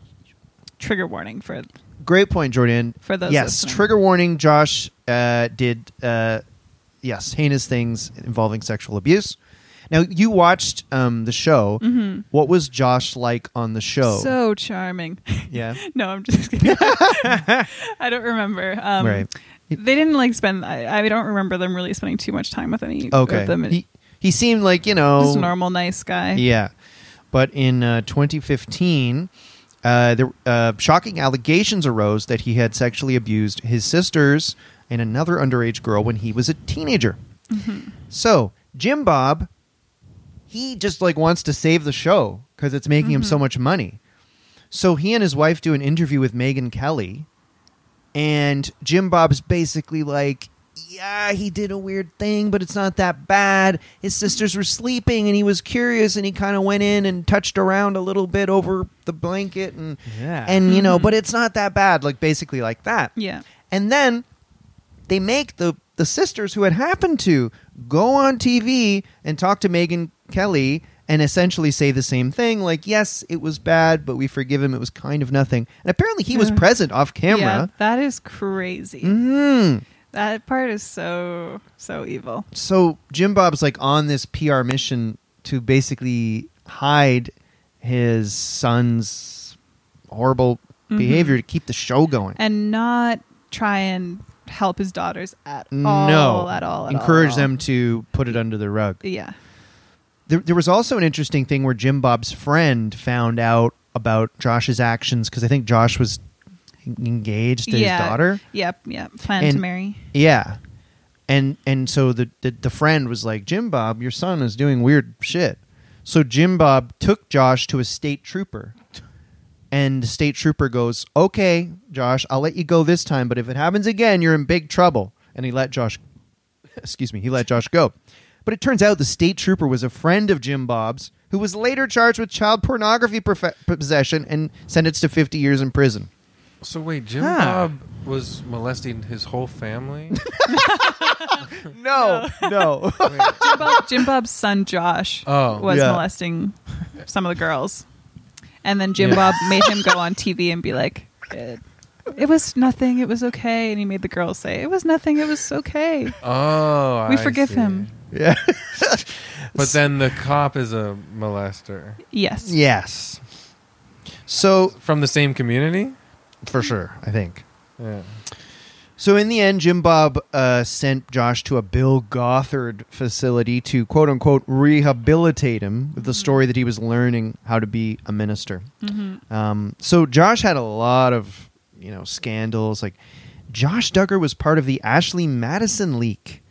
Speaker 5: trigger warning for
Speaker 4: great point, Jordan.
Speaker 5: For those
Speaker 4: yes,
Speaker 5: listening.
Speaker 4: trigger warning. Josh uh, did uh, yes heinous things involving sexual abuse. Now you watched um, the show. What was Josh like on the show?
Speaker 5: Mm-hmm. so charming.
Speaker 4: yeah,
Speaker 5: <laughs> no, I'm just kidding. <laughs> I don't remember. Um,
Speaker 4: right.
Speaker 5: They didn't like spend. I, I don't remember them really spending too much time with any
Speaker 4: Okay.
Speaker 5: of them.
Speaker 4: He, he seemed like you know
Speaker 5: just a normal, nice guy.
Speaker 4: Yeah. But in uh, 2015, uh, there, uh, shocking allegations arose that he had sexually abused his sisters and another underage girl when he was a teenager. So, Jim Bob, he just like wants to save the show because it's making him so much money. So, he and his wife do an interview with Megan Kelly, and Jim Bob's basically like, yeah, he did a weird thing, but it's not that bad. His sisters were sleeping, and he was curious, and he kind of went in and touched around a little bit over the blanket, and
Speaker 3: Yeah.
Speaker 4: and you know, but it's not that bad. Like basically like that.
Speaker 5: Yeah.
Speaker 4: And then they make the the sisters who it happened to go on TV and talk to Megan Kelly and essentially say the same thing like yes it was bad but we forgive him it was kind of nothing and apparently he was present off
Speaker 5: Yeah,
Speaker 4: camera
Speaker 5: that is crazy.
Speaker 4: Hmm.
Speaker 5: That part is so so evil.
Speaker 4: so Jim Bob's like on this PR mission to basically hide his son's horrible
Speaker 5: Mm-hmm.
Speaker 4: behavior to keep the show going.
Speaker 5: and not try and help his daughters at
Speaker 4: no,
Speaker 5: all at all at
Speaker 4: encourage
Speaker 5: all.
Speaker 4: them to put it under the rug.
Speaker 5: yeah
Speaker 4: There, there was also an interesting thing where Jim Bob's friend found out about Josh's actions because I think Josh was engaged to
Speaker 5: yeah
Speaker 4: his daughter.
Speaker 5: yep yep plan to
Speaker 4: And-
Speaker 5: marry
Speaker 4: Yeah. And and so the, the the friend was like, Jim Bob, your son is doing weird shit. So Jim Bob took Josh to a state trooper And the state trooper goes, "Okay, Josh, I'll let you go this time, but if it happens again, you're in big trouble." And he let Josh <laughs> excuse me, he let Josh go. But it turns out the state trooper was a friend of Jim Bob's, who was later charged with child pornography profe- possession and sentenced to 50 years in prison.
Speaker 2: So wait, Jim
Speaker 3: Huh.
Speaker 2: Bob was molesting his whole family.
Speaker 4: No, no.
Speaker 5: Jim,
Speaker 4: <laughs>
Speaker 5: Bob, Jim Bob's son Josh
Speaker 2: Oh.
Speaker 5: was
Speaker 4: Yeah.
Speaker 5: molesting some of the girls, and then Jim
Speaker 2: Yeah.
Speaker 5: Bob made him
Speaker 4: <laughs>
Speaker 5: go on TV and be like, it, "It was nothing. It was okay." And he made the girls say, "It was nothing. It was okay."
Speaker 2: Oh,
Speaker 5: We
Speaker 2: I
Speaker 5: forgive
Speaker 2: see.
Speaker 5: him.
Speaker 4: yeah.
Speaker 2: But then the cop is a molester
Speaker 5: Yes.
Speaker 4: Yes. So,
Speaker 2: from the same community.
Speaker 4: for sure, I think.
Speaker 2: Yeah.
Speaker 4: So in the end, Jim Bob uh, sent Josh to a Bill Gothard facility to quote unquote rehabilitate him with the story that he was learning how to be a minister. Um, so Josh had a lot of you know scandals. Like Josh Duggar was part of the Ashley Madison leak.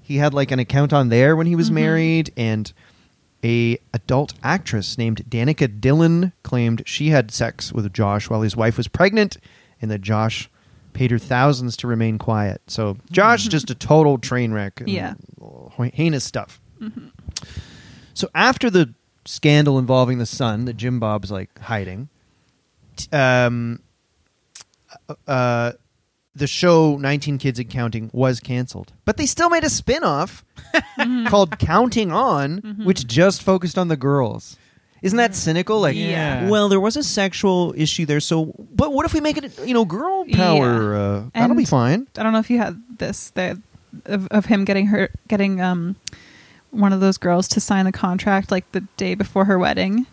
Speaker 4: He had like an account on there when he was married, and a adult actress named Danica Dillon claimed she had sex with Josh while his wife was pregnant, and that Josh paid her thousands to remain quiet. So Josh just a total train wreck. and
Speaker 5: Yeah.
Speaker 4: heinous stuff. So after the scandal involving the son that Jim Bob's like hiding, t- um, uh, the show 19 Kids and Counting was canceled. But they still made a
Speaker 5: <laughs>
Speaker 4: spin-off called Counting On,
Speaker 5: Mm-hmm.
Speaker 4: which just focused on the girls. Isn't that cynical? Like,
Speaker 5: Yeah.
Speaker 4: well, there was a sexual issue there, so but what if we make it, you know, girl power?
Speaker 5: Yeah.
Speaker 4: Uh, that'll be
Speaker 5: And-
Speaker 4: fine.
Speaker 5: I don't know if you had this that of, of him getting her getting um one of those girls to sign the contract like the day before her wedding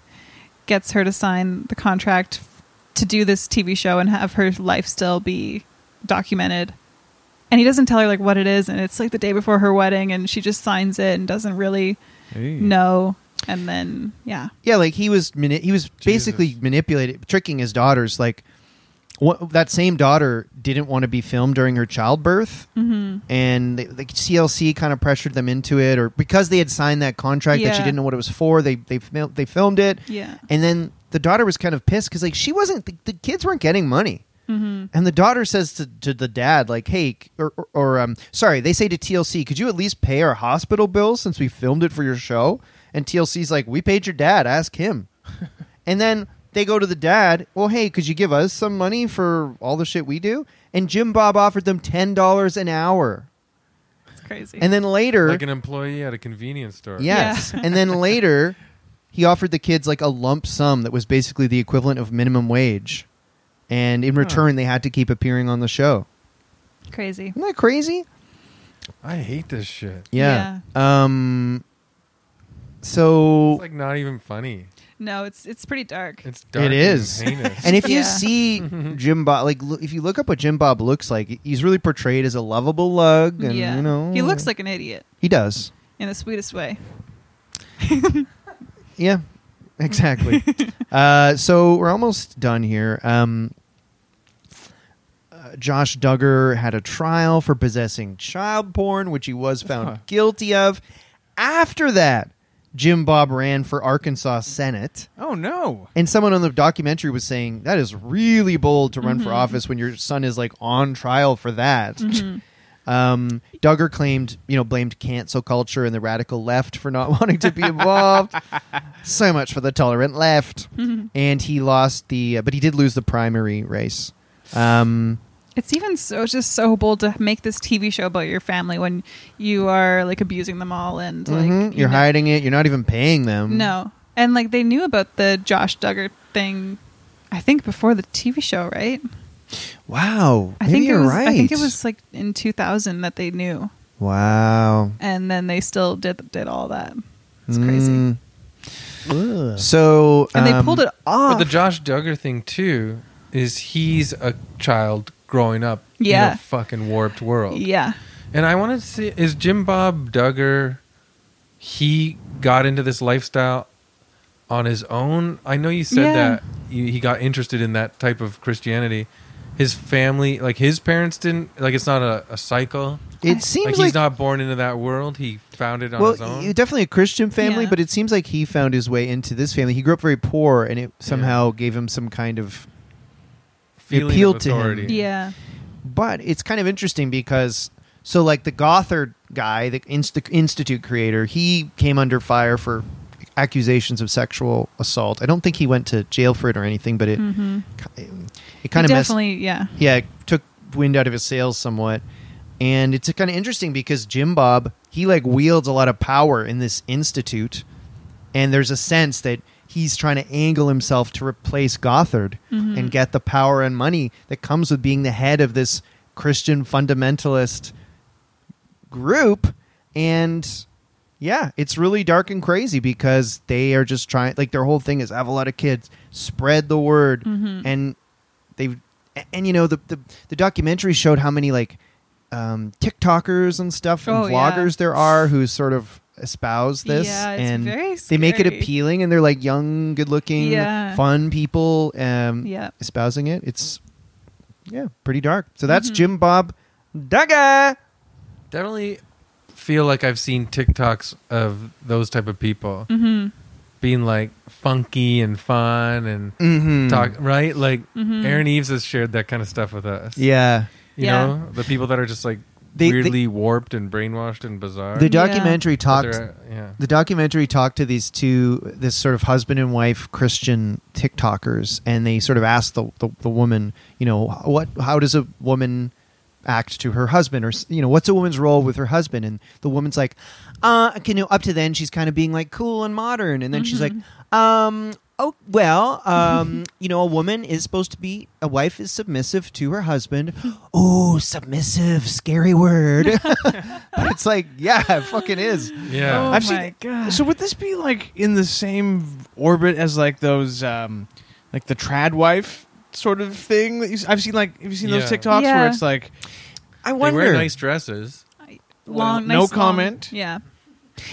Speaker 5: gets her to sign the contract f- to do this TV show and have her life still be documented. And he doesn't tell her like what it is and it's like the day before her wedding and she just signs it and doesn't really know and then yeah.
Speaker 4: Yeah, like he was mani- he was basically
Speaker 2: Jesus.
Speaker 4: manipulating, tricking his daughters. Like what, that same daughter didn't want to be filmed during her childbirth, mm-hmm. and they, the CLC kind of pressured them into it, or because they had signed that contract that she
Speaker 5: Yeah.
Speaker 4: didn't know what it was for, they they fil- they filmed it,
Speaker 5: Yeah.
Speaker 4: and then the daughter was kind of pissed because like she wasn't the, the kids weren't getting money. And the daughter says to, to the dad, like, "Hey, c- or, or, or um, sorry, they say to TLC, could you at least pay our hospital bills since we filmed it for your show?" And TLC's like, "We paid your dad. Ask him." and then they go to the dad. Well, hey, could you give us some money for all the shit we do? And Jim Bob offered them ten dollars an hour.
Speaker 5: It's crazy.
Speaker 4: And then later,
Speaker 2: Like an employee at a convenience store.
Speaker 4: Yes.
Speaker 2: <laughs>
Speaker 5: Yeah.
Speaker 4: and then later, he offered the kids like a lump sum that was basically the equivalent of minimum wage. And in return, they had to keep appearing on the show.
Speaker 5: crazy.
Speaker 4: Isn't that crazy?
Speaker 2: I hate this shit.
Speaker 4: Yeah. Um. So
Speaker 2: It's like not even funny.
Speaker 5: No, it's it's pretty dark.
Speaker 2: It's dark.
Speaker 4: It is.
Speaker 2: And heinous.
Speaker 4: <laughs> And if you
Speaker 2: <laughs>
Speaker 5: Yeah.
Speaker 4: see Jim Bob, like lo- if you look up what Jim Bob looks like, he's really portrayed as a lovable lug, and
Speaker 5: yeah.
Speaker 4: you know
Speaker 5: He looks like an idiot
Speaker 4: he does.
Speaker 5: in the sweetest way.
Speaker 4: Yeah, <laughs> exactly. uh, so we're almost done here. Um, uh, Josh Duggar had a trial for possessing child porn, which he was found
Speaker 2: Huh.
Speaker 4: guilty of. After that, Jim Bob ran for Arkansas Senate.
Speaker 3: Oh
Speaker 5: <sighs>
Speaker 3: no.
Speaker 4: And someone on the documentary was saying that is really bold to
Speaker 5: Mm-hmm.
Speaker 4: run for office when your son is like on trial for that.
Speaker 5: Mm-hmm.
Speaker 4: <laughs> Um, Duggar claimed, you know, blamed cancel culture and the radical left for not <laughs> wanting to be
Speaker 5: <laughs>
Speaker 4: involved. so much for the tolerant left.
Speaker 5: Mm-hmm.
Speaker 4: And he lost the, uh, but he did lose the primary race. Um,
Speaker 5: It's even so it's just so bold to make this TV show about your family when you are like abusing them all and like
Speaker 4: mhm,
Speaker 5: you
Speaker 4: you're
Speaker 5: know-
Speaker 4: hiding it. You're not even paying them.
Speaker 5: No, and like they knew about the Josh Duggar thing, I think before the TV show, right?
Speaker 4: Wow.
Speaker 5: I
Speaker 4: Maybe
Speaker 5: think
Speaker 4: you're
Speaker 5: it was.
Speaker 4: right.
Speaker 5: I think it was like in 2000 that they knew,
Speaker 4: Wow.
Speaker 5: and then they still did did all that. It's crazy,
Speaker 4: Mm. So
Speaker 5: and they
Speaker 4: um,
Speaker 5: pulled it
Speaker 2: But
Speaker 5: off.
Speaker 2: the Josh Duggar thing too is he's a child growing up in
Speaker 5: Yeah.
Speaker 2: a fucking warped
Speaker 4: oh,
Speaker 2: world.
Speaker 5: yeah,
Speaker 2: And I want to see is Jim Bob Duggar he got into this lifestyle on his own? I know you said
Speaker 5: Yeah.
Speaker 2: that he he got interested in that type of Christianity. His family, like his parents didn't like it's not a, a cycle.
Speaker 4: It seems
Speaker 2: Like
Speaker 4: like,
Speaker 2: he's not born into that world. He found it on his
Speaker 4: well,
Speaker 2: own.
Speaker 4: you're definitely a Christian family,
Speaker 5: Yeah.
Speaker 4: but it seems like he found his way into this family. He grew up very poor, and it somehow gave him some kind of.
Speaker 2: Feeling of
Speaker 4: appealed to him.
Speaker 2: authority.
Speaker 5: Yeah.
Speaker 4: But it's kind of interesting because so like the Gothard guy, the Inst- institute creator, he came under fire for accusations of sexual assault. I don't think he went to jail for it or anything, but it
Speaker 5: Mm-hmm.
Speaker 4: it, kind of messed
Speaker 5: definitely. Yeah.
Speaker 4: yeah, it took wind out of his sails somewhat. And it's kind of interesting because Jim Bob, he like wields a lot of power in this institute. And there's a sense that he's trying to angle himself to replace Gothard and get the power and money that comes with being the head of this Christian fundamentalist group. And yeah, it's really dark and crazy because they are just trying, like, their whole thing is have a lot of kids, spread the word. And they've a- and you know the, the the documentary showed how many like um TikTokers and stuff and
Speaker 5: Oh, yeah.
Speaker 4: vloggers there are who sort of espouse this
Speaker 5: Yeah, it's
Speaker 4: and
Speaker 5: very
Speaker 4: they make it
Speaker 5: scary.
Speaker 4: appealing and they're like young, good looking,
Speaker 5: Yeah.
Speaker 4: fun people um
Speaker 5: Yeah.
Speaker 4: espousing it. It's yeah, pretty dark. So
Speaker 5: Mm-hmm.
Speaker 4: that's Jim Bob Dugga.
Speaker 2: Definitely feel like I've seen TikToks of those type of people
Speaker 5: Mm-hmm.
Speaker 2: being like funky and fun and
Speaker 4: Mm-hmm.
Speaker 2: talk right. Like
Speaker 5: Mhm.
Speaker 2: Aaron Eves has shared that kind of stuff with us.
Speaker 4: Yeah.
Speaker 2: you
Speaker 5: Yeah.
Speaker 2: know the people that are just like
Speaker 4: They- they-
Speaker 2: weirdly warped and brainwashed and bizarre.
Speaker 4: The
Speaker 5: Yeah.
Speaker 4: documentary
Speaker 2: But
Speaker 4: talked
Speaker 2: they're, uh, yeah.
Speaker 4: the documentary talked to these two this sort of husband and wife christian tiktokers and they sort of asked the, the, the woman you know what how does a woman act to her husband or you know what's a woman's role with her husband and the woman's like uh you know up to then she's kind of being like cool and modern and then she's like um oh well um <laughs> you know a woman is supposed to be a wife is submissive to her husband oh submissive scary word <laughs> but it's like yeah it fucking is
Speaker 5: Oh
Speaker 2: Yeah.
Speaker 3: I've
Speaker 5: my
Speaker 3: seen-
Speaker 5: god.
Speaker 3: So would this be like in the same orbit as like those, um, like the trad wife sort of thing? That you, s- I've seen like have you seen those
Speaker 2: Yeah.
Speaker 3: TikToks
Speaker 5: Yeah.
Speaker 3: where it's like
Speaker 4: i
Speaker 2: They
Speaker 4: wonder
Speaker 2: wear nice dresses.
Speaker 5: long.
Speaker 3: no
Speaker 5: nice long-
Speaker 3: comment.
Speaker 5: Yeah.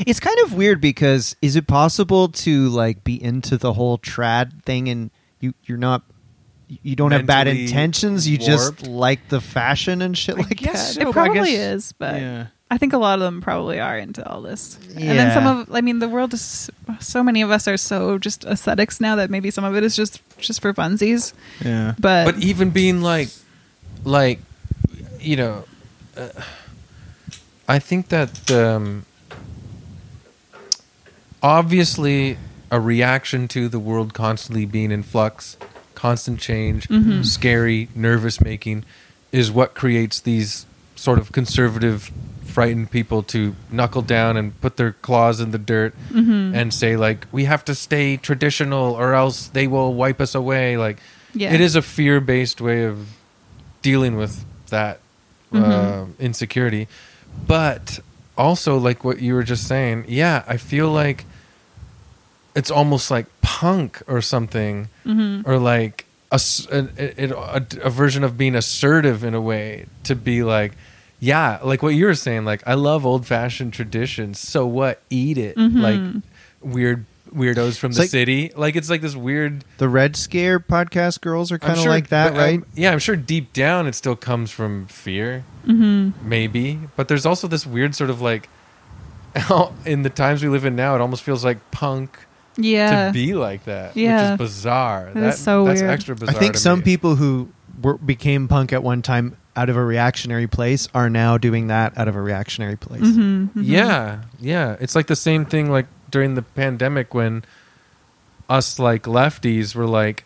Speaker 4: It's kind of weird because is it possible to like be into the whole trad thing and you you're not you don't have bad
Speaker 2: Mentally
Speaker 4: intentions, you
Speaker 2: warped?
Speaker 4: just like the fashion and shit <laughs> like
Speaker 3: guess
Speaker 4: that.
Speaker 3: so,
Speaker 5: it
Speaker 3: but I
Speaker 5: probably
Speaker 3: guess-
Speaker 5: is, but
Speaker 3: Yeah.
Speaker 5: I think a lot of them probably are into all this. And then
Speaker 4: Yeah.
Speaker 5: some of, I mean, the world is so many of us are so just ascetics now that maybe some of it is just just for funsies.
Speaker 3: yeah.
Speaker 4: Uh,
Speaker 5: But,
Speaker 2: but e- even being like like you know uh, i think that um obviously a reaction to the world constantly being in flux constant change scary nervous making is what creates these sort of conservative frightened people to knuckle down and put their claws in the dirt and say like we have to stay traditional or else they will wipe us away like
Speaker 5: Yeah.
Speaker 2: it is a fear based way of dealing with that uh, insecurity. But also, like what you were just saying, yeah, I feel like it's almost like punk or something, or like a, s- an- it- a, a version of being assertive in a way to be like, yeah, like what you were saying, like I love old fashioned traditions. So what? Eat it, like weird weirdos from
Speaker 4: It's
Speaker 2: the
Speaker 4: like-
Speaker 2: city. Like it's like this weird
Speaker 4: The Red Scare podcast girls are
Speaker 2: I'm
Speaker 4: kind of
Speaker 2: sure-
Speaker 4: like that,
Speaker 2: but I'm-
Speaker 4: right?
Speaker 2: yeah, I'm sure deep down it still comes from fear,
Speaker 5: Mm-hmm.
Speaker 2: maybe. But there's also this weird sort of like, <laughs> in the times we live in now, it almost feels like punk
Speaker 5: yeah,
Speaker 2: to be like that,
Speaker 5: Yeah.
Speaker 2: which is bizarre.
Speaker 5: That is so
Speaker 2: that's
Speaker 5: weird.
Speaker 2: extra
Speaker 4: I
Speaker 2: bizarre.
Speaker 4: think
Speaker 2: to
Speaker 4: some
Speaker 2: me.
Speaker 4: people who were, became punk at one time out of a reactionary place are now doing that out of a reactionary place. Mm-hmm.
Speaker 2: Yeah, yeah. It's like the same thing like during the pandemic when us like lefties were like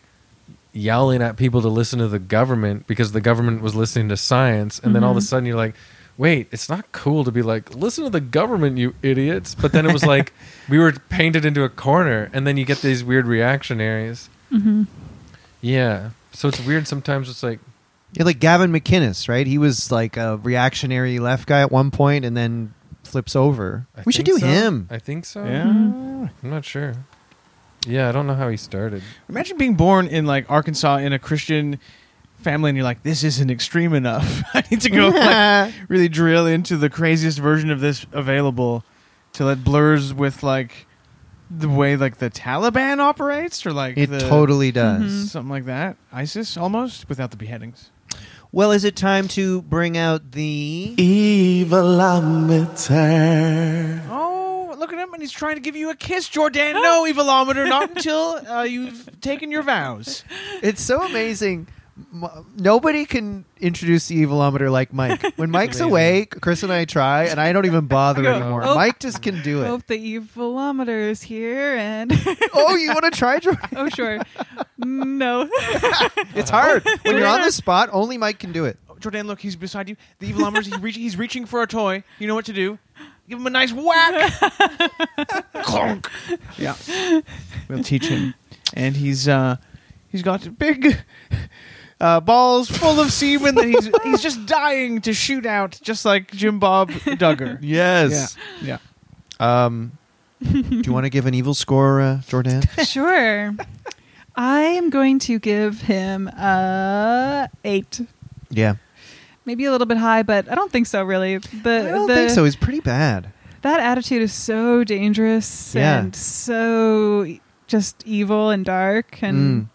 Speaker 2: yelling at people to listen to the government because the government was listening to science and then
Speaker 4: Mm-hmm.
Speaker 2: all of a sudden you're like wait it's not cool to be like listen to the government you idiots but then it was
Speaker 4: <laughs>
Speaker 2: like we were painted into a corner and then you get these weird reactionaries
Speaker 4: Mm-hmm.
Speaker 2: yeah so it's weird sometimes it's like
Speaker 4: Yeah, like Gavin McInnes, right? He was like a reactionary left guy at one point and then flips over.
Speaker 2: I
Speaker 4: we should do
Speaker 2: think so.
Speaker 4: him.
Speaker 2: i think
Speaker 5: um,
Speaker 2: so
Speaker 3: Yeah.
Speaker 2: i'm not sure yeah i don't know how he started
Speaker 3: Imagine being born in like Arkansas in a Christian family and you're like, this isn't extreme enough. <laughs> I need to go
Speaker 4: <laughs> Uh,
Speaker 3: like, really drill into the craziest version of this available till it blurs with like the way like the Taliban operates or like
Speaker 4: It
Speaker 3: the, Hmm.
Speaker 4: totally does.
Speaker 3: something like that. ISIS almost without the beheadings.
Speaker 4: Well, is it time to bring out the?
Speaker 6: Evilometer.
Speaker 3: Oh, look at him, and he's trying to give you a kiss,
Speaker 4: <gasps>
Speaker 3: Jordan. No, evilometer, not until uh, you've taken your vows.
Speaker 4: It's so amazing. M- Nobody can introduce the evilometer like <laughs> Mike. When Mike's away, Chris and I try, and I don't even bother
Speaker 5: go,
Speaker 4: anymore.
Speaker 5: "Oh."
Speaker 4: Mike just can do it.
Speaker 5: Hope the evilometer is here and <laughs>
Speaker 4: Oh, you want to try? Jordan?
Speaker 5: oh sure,
Speaker 4: <laughs>
Speaker 5: no.
Speaker 4: It's hard when you're on the spot. Only Mike can do it.
Speaker 3: Jordan, look, he's beside you. The evilometer, he's, reach, he's reaching for a toy. You know what to do. Give him a nice <laughs> whack. Clunk. Yeah, we'll teach him. And he's uh, he's got big uh, balls full of semen that he's he's just dying to shoot out, just like Jim Bob Duggar. <laughs>
Speaker 4: Yes.
Speaker 3: Yeah.
Speaker 4: Um, do you want to give an evil score, uh, <laughs> Jordan?
Speaker 5: sure. I am going to give him a eight.
Speaker 4: Yeah,
Speaker 5: Maybe a little bit high, but I don't think so. Really, the
Speaker 4: I don't
Speaker 5: the,
Speaker 4: think so. It's pretty bad.
Speaker 5: That attitude is so dangerous
Speaker 4: Yeah.
Speaker 5: and so just evil and dark, and
Speaker 4: Mm.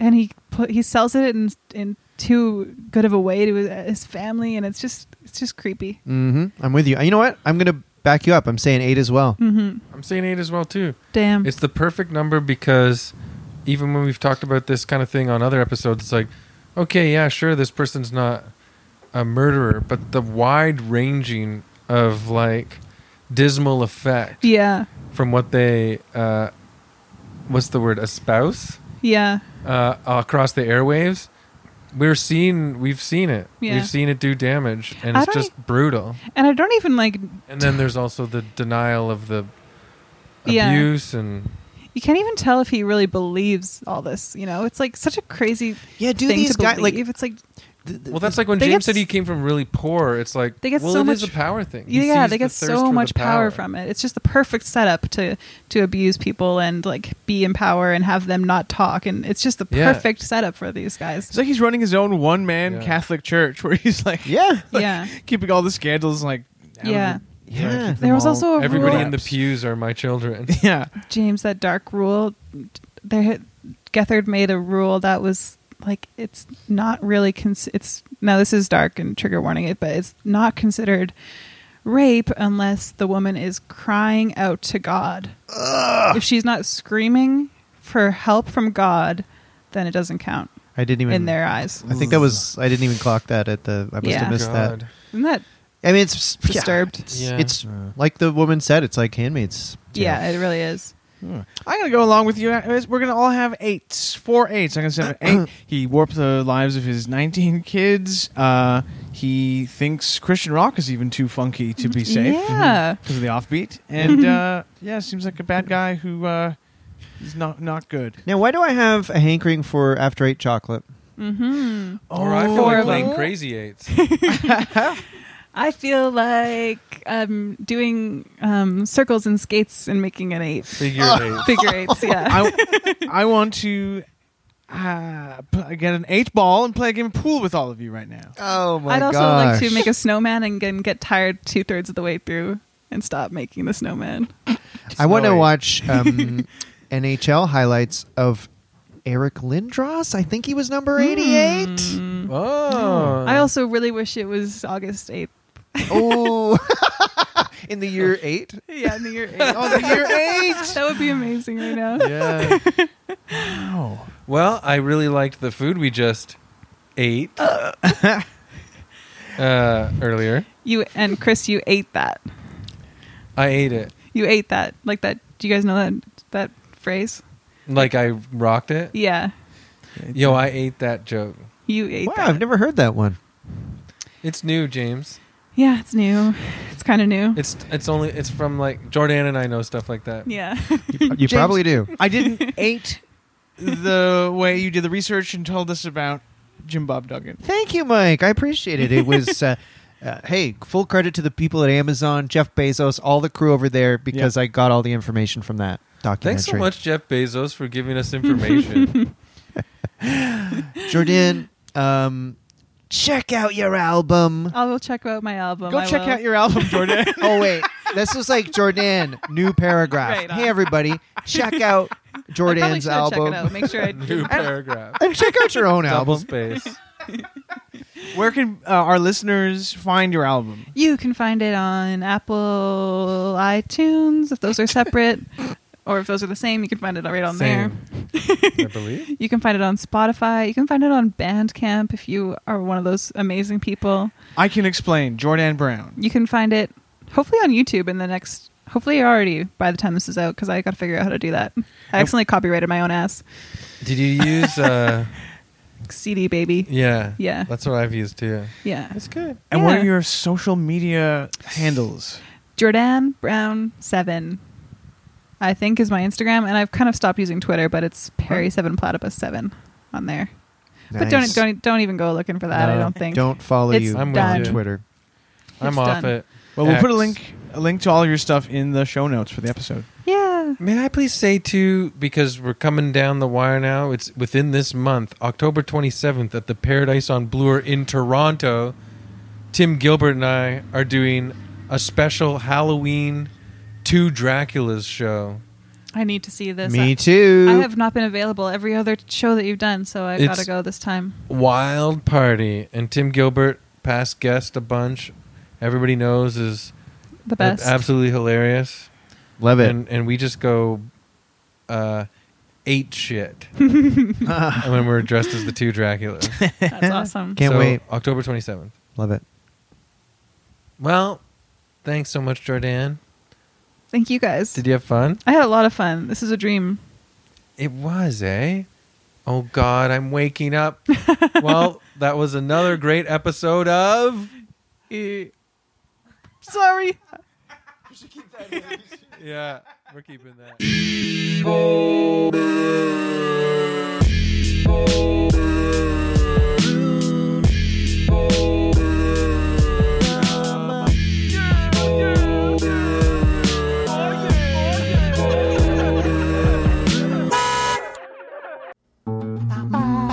Speaker 5: and he put, he sells it in in too good of a way to his- his family, and it's just it's just creepy.
Speaker 4: hmm I'm with you. You know what? I'm gonna back you up. I'm saying eight as well.
Speaker 2: I'm saying eight as well too.
Speaker 5: Mm-hmm. Damn.
Speaker 2: It's the perfect number because even when we've talked about this kind of thing on other episodes, it's like, okay, yeah, sure, this person's not a murderer, but the wide ranging of like dismal effect
Speaker 5: yeah,
Speaker 2: from what they, uh, what's the word, espouse
Speaker 5: yeah,
Speaker 2: uh, across the airwaves. We're seeing, we've seen it.
Speaker 5: Yeah.
Speaker 2: We've seen it do damage, and
Speaker 5: I
Speaker 2: it's
Speaker 5: don't
Speaker 2: just brutal.
Speaker 5: and I don't even like.
Speaker 2: And then there's also the denial of the
Speaker 5: Yeah.
Speaker 2: abuse and
Speaker 5: You can't even tell if he really believes all this. You know, it's like such a crazy
Speaker 4: Yeah, do
Speaker 5: thing
Speaker 4: these
Speaker 5: to
Speaker 4: guys like?
Speaker 5: believe. it's like
Speaker 2: Well, that's like when
Speaker 5: They
Speaker 2: James
Speaker 5: get
Speaker 2: said he
Speaker 5: s-
Speaker 2: came from really poor. It's like
Speaker 5: They get
Speaker 2: well,
Speaker 5: so
Speaker 2: it
Speaker 5: much-
Speaker 2: is a power thing. He
Speaker 5: yeah,
Speaker 2: sees
Speaker 5: they
Speaker 2: the
Speaker 5: get
Speaker 2: thirst for
Speaker 5: so
Speaker 2: the
Speaker 5: much power. from it. It's just the perfect setup to to abuse people and like be in power and have them not talk. And it's just the
Speaker 2: Yeah.
Speaker 5: perfect setup for these guys.
Speaker 3: It's like he's running his own one man
Speaker 2: Yeah.
Speaker 3: Catholic church where he's like,
Speaker 4: yeah,
Speaker 3: like,
Speaker 5: yeah,
Speaker 3: keeping all the scandals like, out of
Speaker 5: yeah.
Speaker 4: yeah.
Speaker 5: There was also a
Speaker 2: Everybody
Speaker 5: rule,
Speaker 2: in the pews are my
Speaker 5: <laughs>
Speaker 2: children.
Speaker 3: the- <laughs> yeah.
Speaker 5: James, that dark rule. There, Gethard made a rule that was like it's not really cons- it's now this is dark and trigger warning it, but it's not considered rape unless the woman is crying out to God. If she's not screaming for help from God, then it doesn't count
Speaker 4: I didn't even.
Speaker 5: in their eyes.
Speaker 4: Mm. I think that was. I didn't even clock that at the. I must
Speaker 5: Yeah.
Speaker 4: have missed
Speaker 2: God.
Speaker 4: that.
Speaker 5: Isn't that
Speaker 4: I mean, it's yeah,
Speaker 5: Disturbed.
Speaker 4: it's
Speaker 2: Yeah.
Speaker 4: it's like the woman said. It's like Handmaid's. Tale.
Speaker 5: yeah. it really is.
Speaker 3: I'm gonna go along with you. We're gonna all have eights, four eights. I'm gonna say eight. He warped the lives of his 19 kids. Uh, he thinks Christian rock is even too funky to be safe.
Speaker 5: Mm, Yeah.
Speaker 3: because of the offbeat. And uh, yeah, seems like a bad guy who uh, is not not good.
Speaker 4: Now, why do I have a hankering for after eight chocolate?
Speaker 5: Mm-hmm.
Speaker 2: Or I feel
Speaker 5: Four
Speaker 2: like
Speaker 5: of
Speaker 2: playing
Speaker 5: them.
Speaker 2: Crazy
Speaker 5: <laughs>
Speaker 2: Eights.
Speaker 5: I feel like I'm doing um, circles and skates and making an eight.
Speaker 2: Figure eight.
Speaker 4: <laughs>
Speaker 5: Figure eights,
Speaker 4: Oh
Speaker 5: yeah.
Speaker 3: I, I want to uh, p- get an eight ball and play a game of pool with all of you right now.
Speaker 4: Oh my
Speaker 5: I'd also
Speaker 4: gosh.
Speaker 5: like to make a snowman and then get tired two thirds of the way through and stop making the snowman.
Speaker 4: I want to
Speaker 2: Snowy.
Speaker 4: watch um, NHL highlights of Eric Lindros. I think he was number
Speaker 5: Hmm.
Speaker 4: eighty-eight.
Speaker 5: <laughs>
Speaker 2: Oh,
Speaker 5: Mm.
Speaker 4: Uh-huh.
Speaker 5: I also really wish it was August 8th.
Speaker 4: Oh, <laughs> in the year eight.
Speaker 5: Yeah, in the year <laughs> 8. that
Speaker 4: Oh, the year eight.
Speaker 5: would be amazing right now.
Speaker 2: yeah. Well, I really liked the food we just ate uh, earlier.
Speaker 5: You And Chris, you ate that.
Speaker 2: I ate it
Speaker 5: You ate that. Like that. Do you guys know that that phrase?
Speaker 2: like I rocked it.
Speaker 5: Yeah.
Speaker 2: Yo, I ate that joke.
Speaker 5: You ate
Speaker 4: Wow,
Speaker 5: that.
Speaker 4: I've never heard that one.
Speaker 2: It's new, James.
Speaker 5: yeah, it's new. It's kind of new.
Speaker 2: It's it's only it's from like Jordan and I know stuff like that.
Speaker 5: yeah.
Speaker 4: <laughs>
Speaker 5: <laughs>
Speaker 4: You, you
Speaker 3: James-
Speaker 4: probably do.
Speaker 3: <laughs> I didn't eight the way you did the research and told us about Jim Bob Duggan.
Speaker 4: Thank you, Mike. I appreciate it. It
Speaker 3: <laughs>
Speaker 4: was, uh, uh, hey, full credit to the people at Amazon, Jeff Bezos, all the crew over there, because I got all the information from that documentary.
Speaker 2: Thanks so much, Jeff Bezos, for giving us
Speaker 5: <laughs>
Speaker 2: information.
Speaker 4: Jordan. Um, check out your album.
Speaker 5: I will check out my album.
Speaker 3: Go
Speaker 5: I
Speaker 3: check
Speaker 5: will.
Speaker 3: out your album, Jordan.
Speaker 4: <laughs> oh wait, this was like Jordan. New paragraph.
Speaker 5: Right on.
Speaker 4: hey everybody, check out
Speaker 5: I probably
Speaker 4: Jordan's
Speaker 5: should have checked
Speaker 4: album <laughs>
Speaker 5: it out. Make sure I
Speaker 2: New paragraph.
Speaker 3: <laughs>
Speaker 4: and check out your own
Speaker 2: Double
Speaker 4: album.
Speaker 2: space.
Speaker 3: Where can uh, our listeners find your album?
Speaker 5: You can find it on Apple iTunes if those
Speaker 4: <laughs>
Speaker 5: are separate, or if those are the same. You can find it right on there.
Speaker 2: I believe.
Speaker 5: You can find it on Spotify. You can find it on Bandcamp if you are one of those amazing people.
Speaker 3: I can explain. Jordan Brown.
Speaker 5: You can find it hopefully on YouTube in the next. Hopefully, already by the time this is out because I got to figure out how to do that. I accidentally copyrighted my own ass.
Speaker 2: Did you use?
Speaker 5: <laughs>
Speaker 2: Uh,
Speaker 5: CD baby.
Speaker 2: yeah.
Speaker 5: Yeah.
Speaker 2: That's what I've used too.
Speaker 5: Yeah.
Speaker 2: That's good.
Speaker 3: And what
Speaker 5: Yeah.
Speaker 3: are your social media handles?
Speaker 5: Jordan Brown seven, I think is my Instagram, and I've kind of stopped using Twitter, but it's Perry seven platypus seven on there. But don't
Speaker 4: Nice.
Speaker 5: don't e, don't even go looking for that. I
Speaker 2: No.
Speaker 5: don't think.
Speaker 4: Don't follow
Speaker 5: It's
Speaker 4: you
Speaker 2: I'm
Speaker 4: on
Speaker 2: with done. you.
Speaker 4: Twitter.
Speaker 2: I'm
Speaker 5: It's
Speaker 2: off
Speaker 5: done.
Speaker 2: it.
Speaker 3: Well, we'll put a
Speaker 2: X.
Speaker 3: link a link to all your stuff in the show notes for the episode.
Speaker 5: Yeah.
Speaker 2: May I please say too, because we're coming down the wire now. It's within this month, October 27th, at the Paradise on Bluer in Toronto. Tim Gilbert and I are doing a special Halloween two Draculas show.
Speaker 5: I need to see this.
Speaker 4: Me
Speaker 5: I-
Speaker 4: too.
Speaker 5: I have not been available every other show that you've done, so I've
Speaker 2: It's-
Speaker 5: got to go this time.
Speaker 2: Wild party, and Tim Gilbert, past guest a bunch, everybody knows is
Speaker 5: The best.
Speaker 2: absolutely hilarious.
Speaker 4: Love it.
Speaker 2: and and we just go uh ate shit <laughs> and when we're dressed as the two draculas
Speaker 4: <laughs>
Speaker 5: That's awesome.
Speaker 4: Can't
Speaker 2: So,
Speaker 4: wait.
Speaker 2: october 27th
Speaker 4: Love it.
Speaker 2: well thanks so much jordan
Speaker 5: Thank you guys.
Speaker 2: did you have fun
Speaker 5: I had a lot of fun. This is a dream.
Speaker 2: it was eh oh god i'm waking up well that was another great episode of Eh.
Speaker 5: Sorry.
Speaker 2: yeah we're keeping that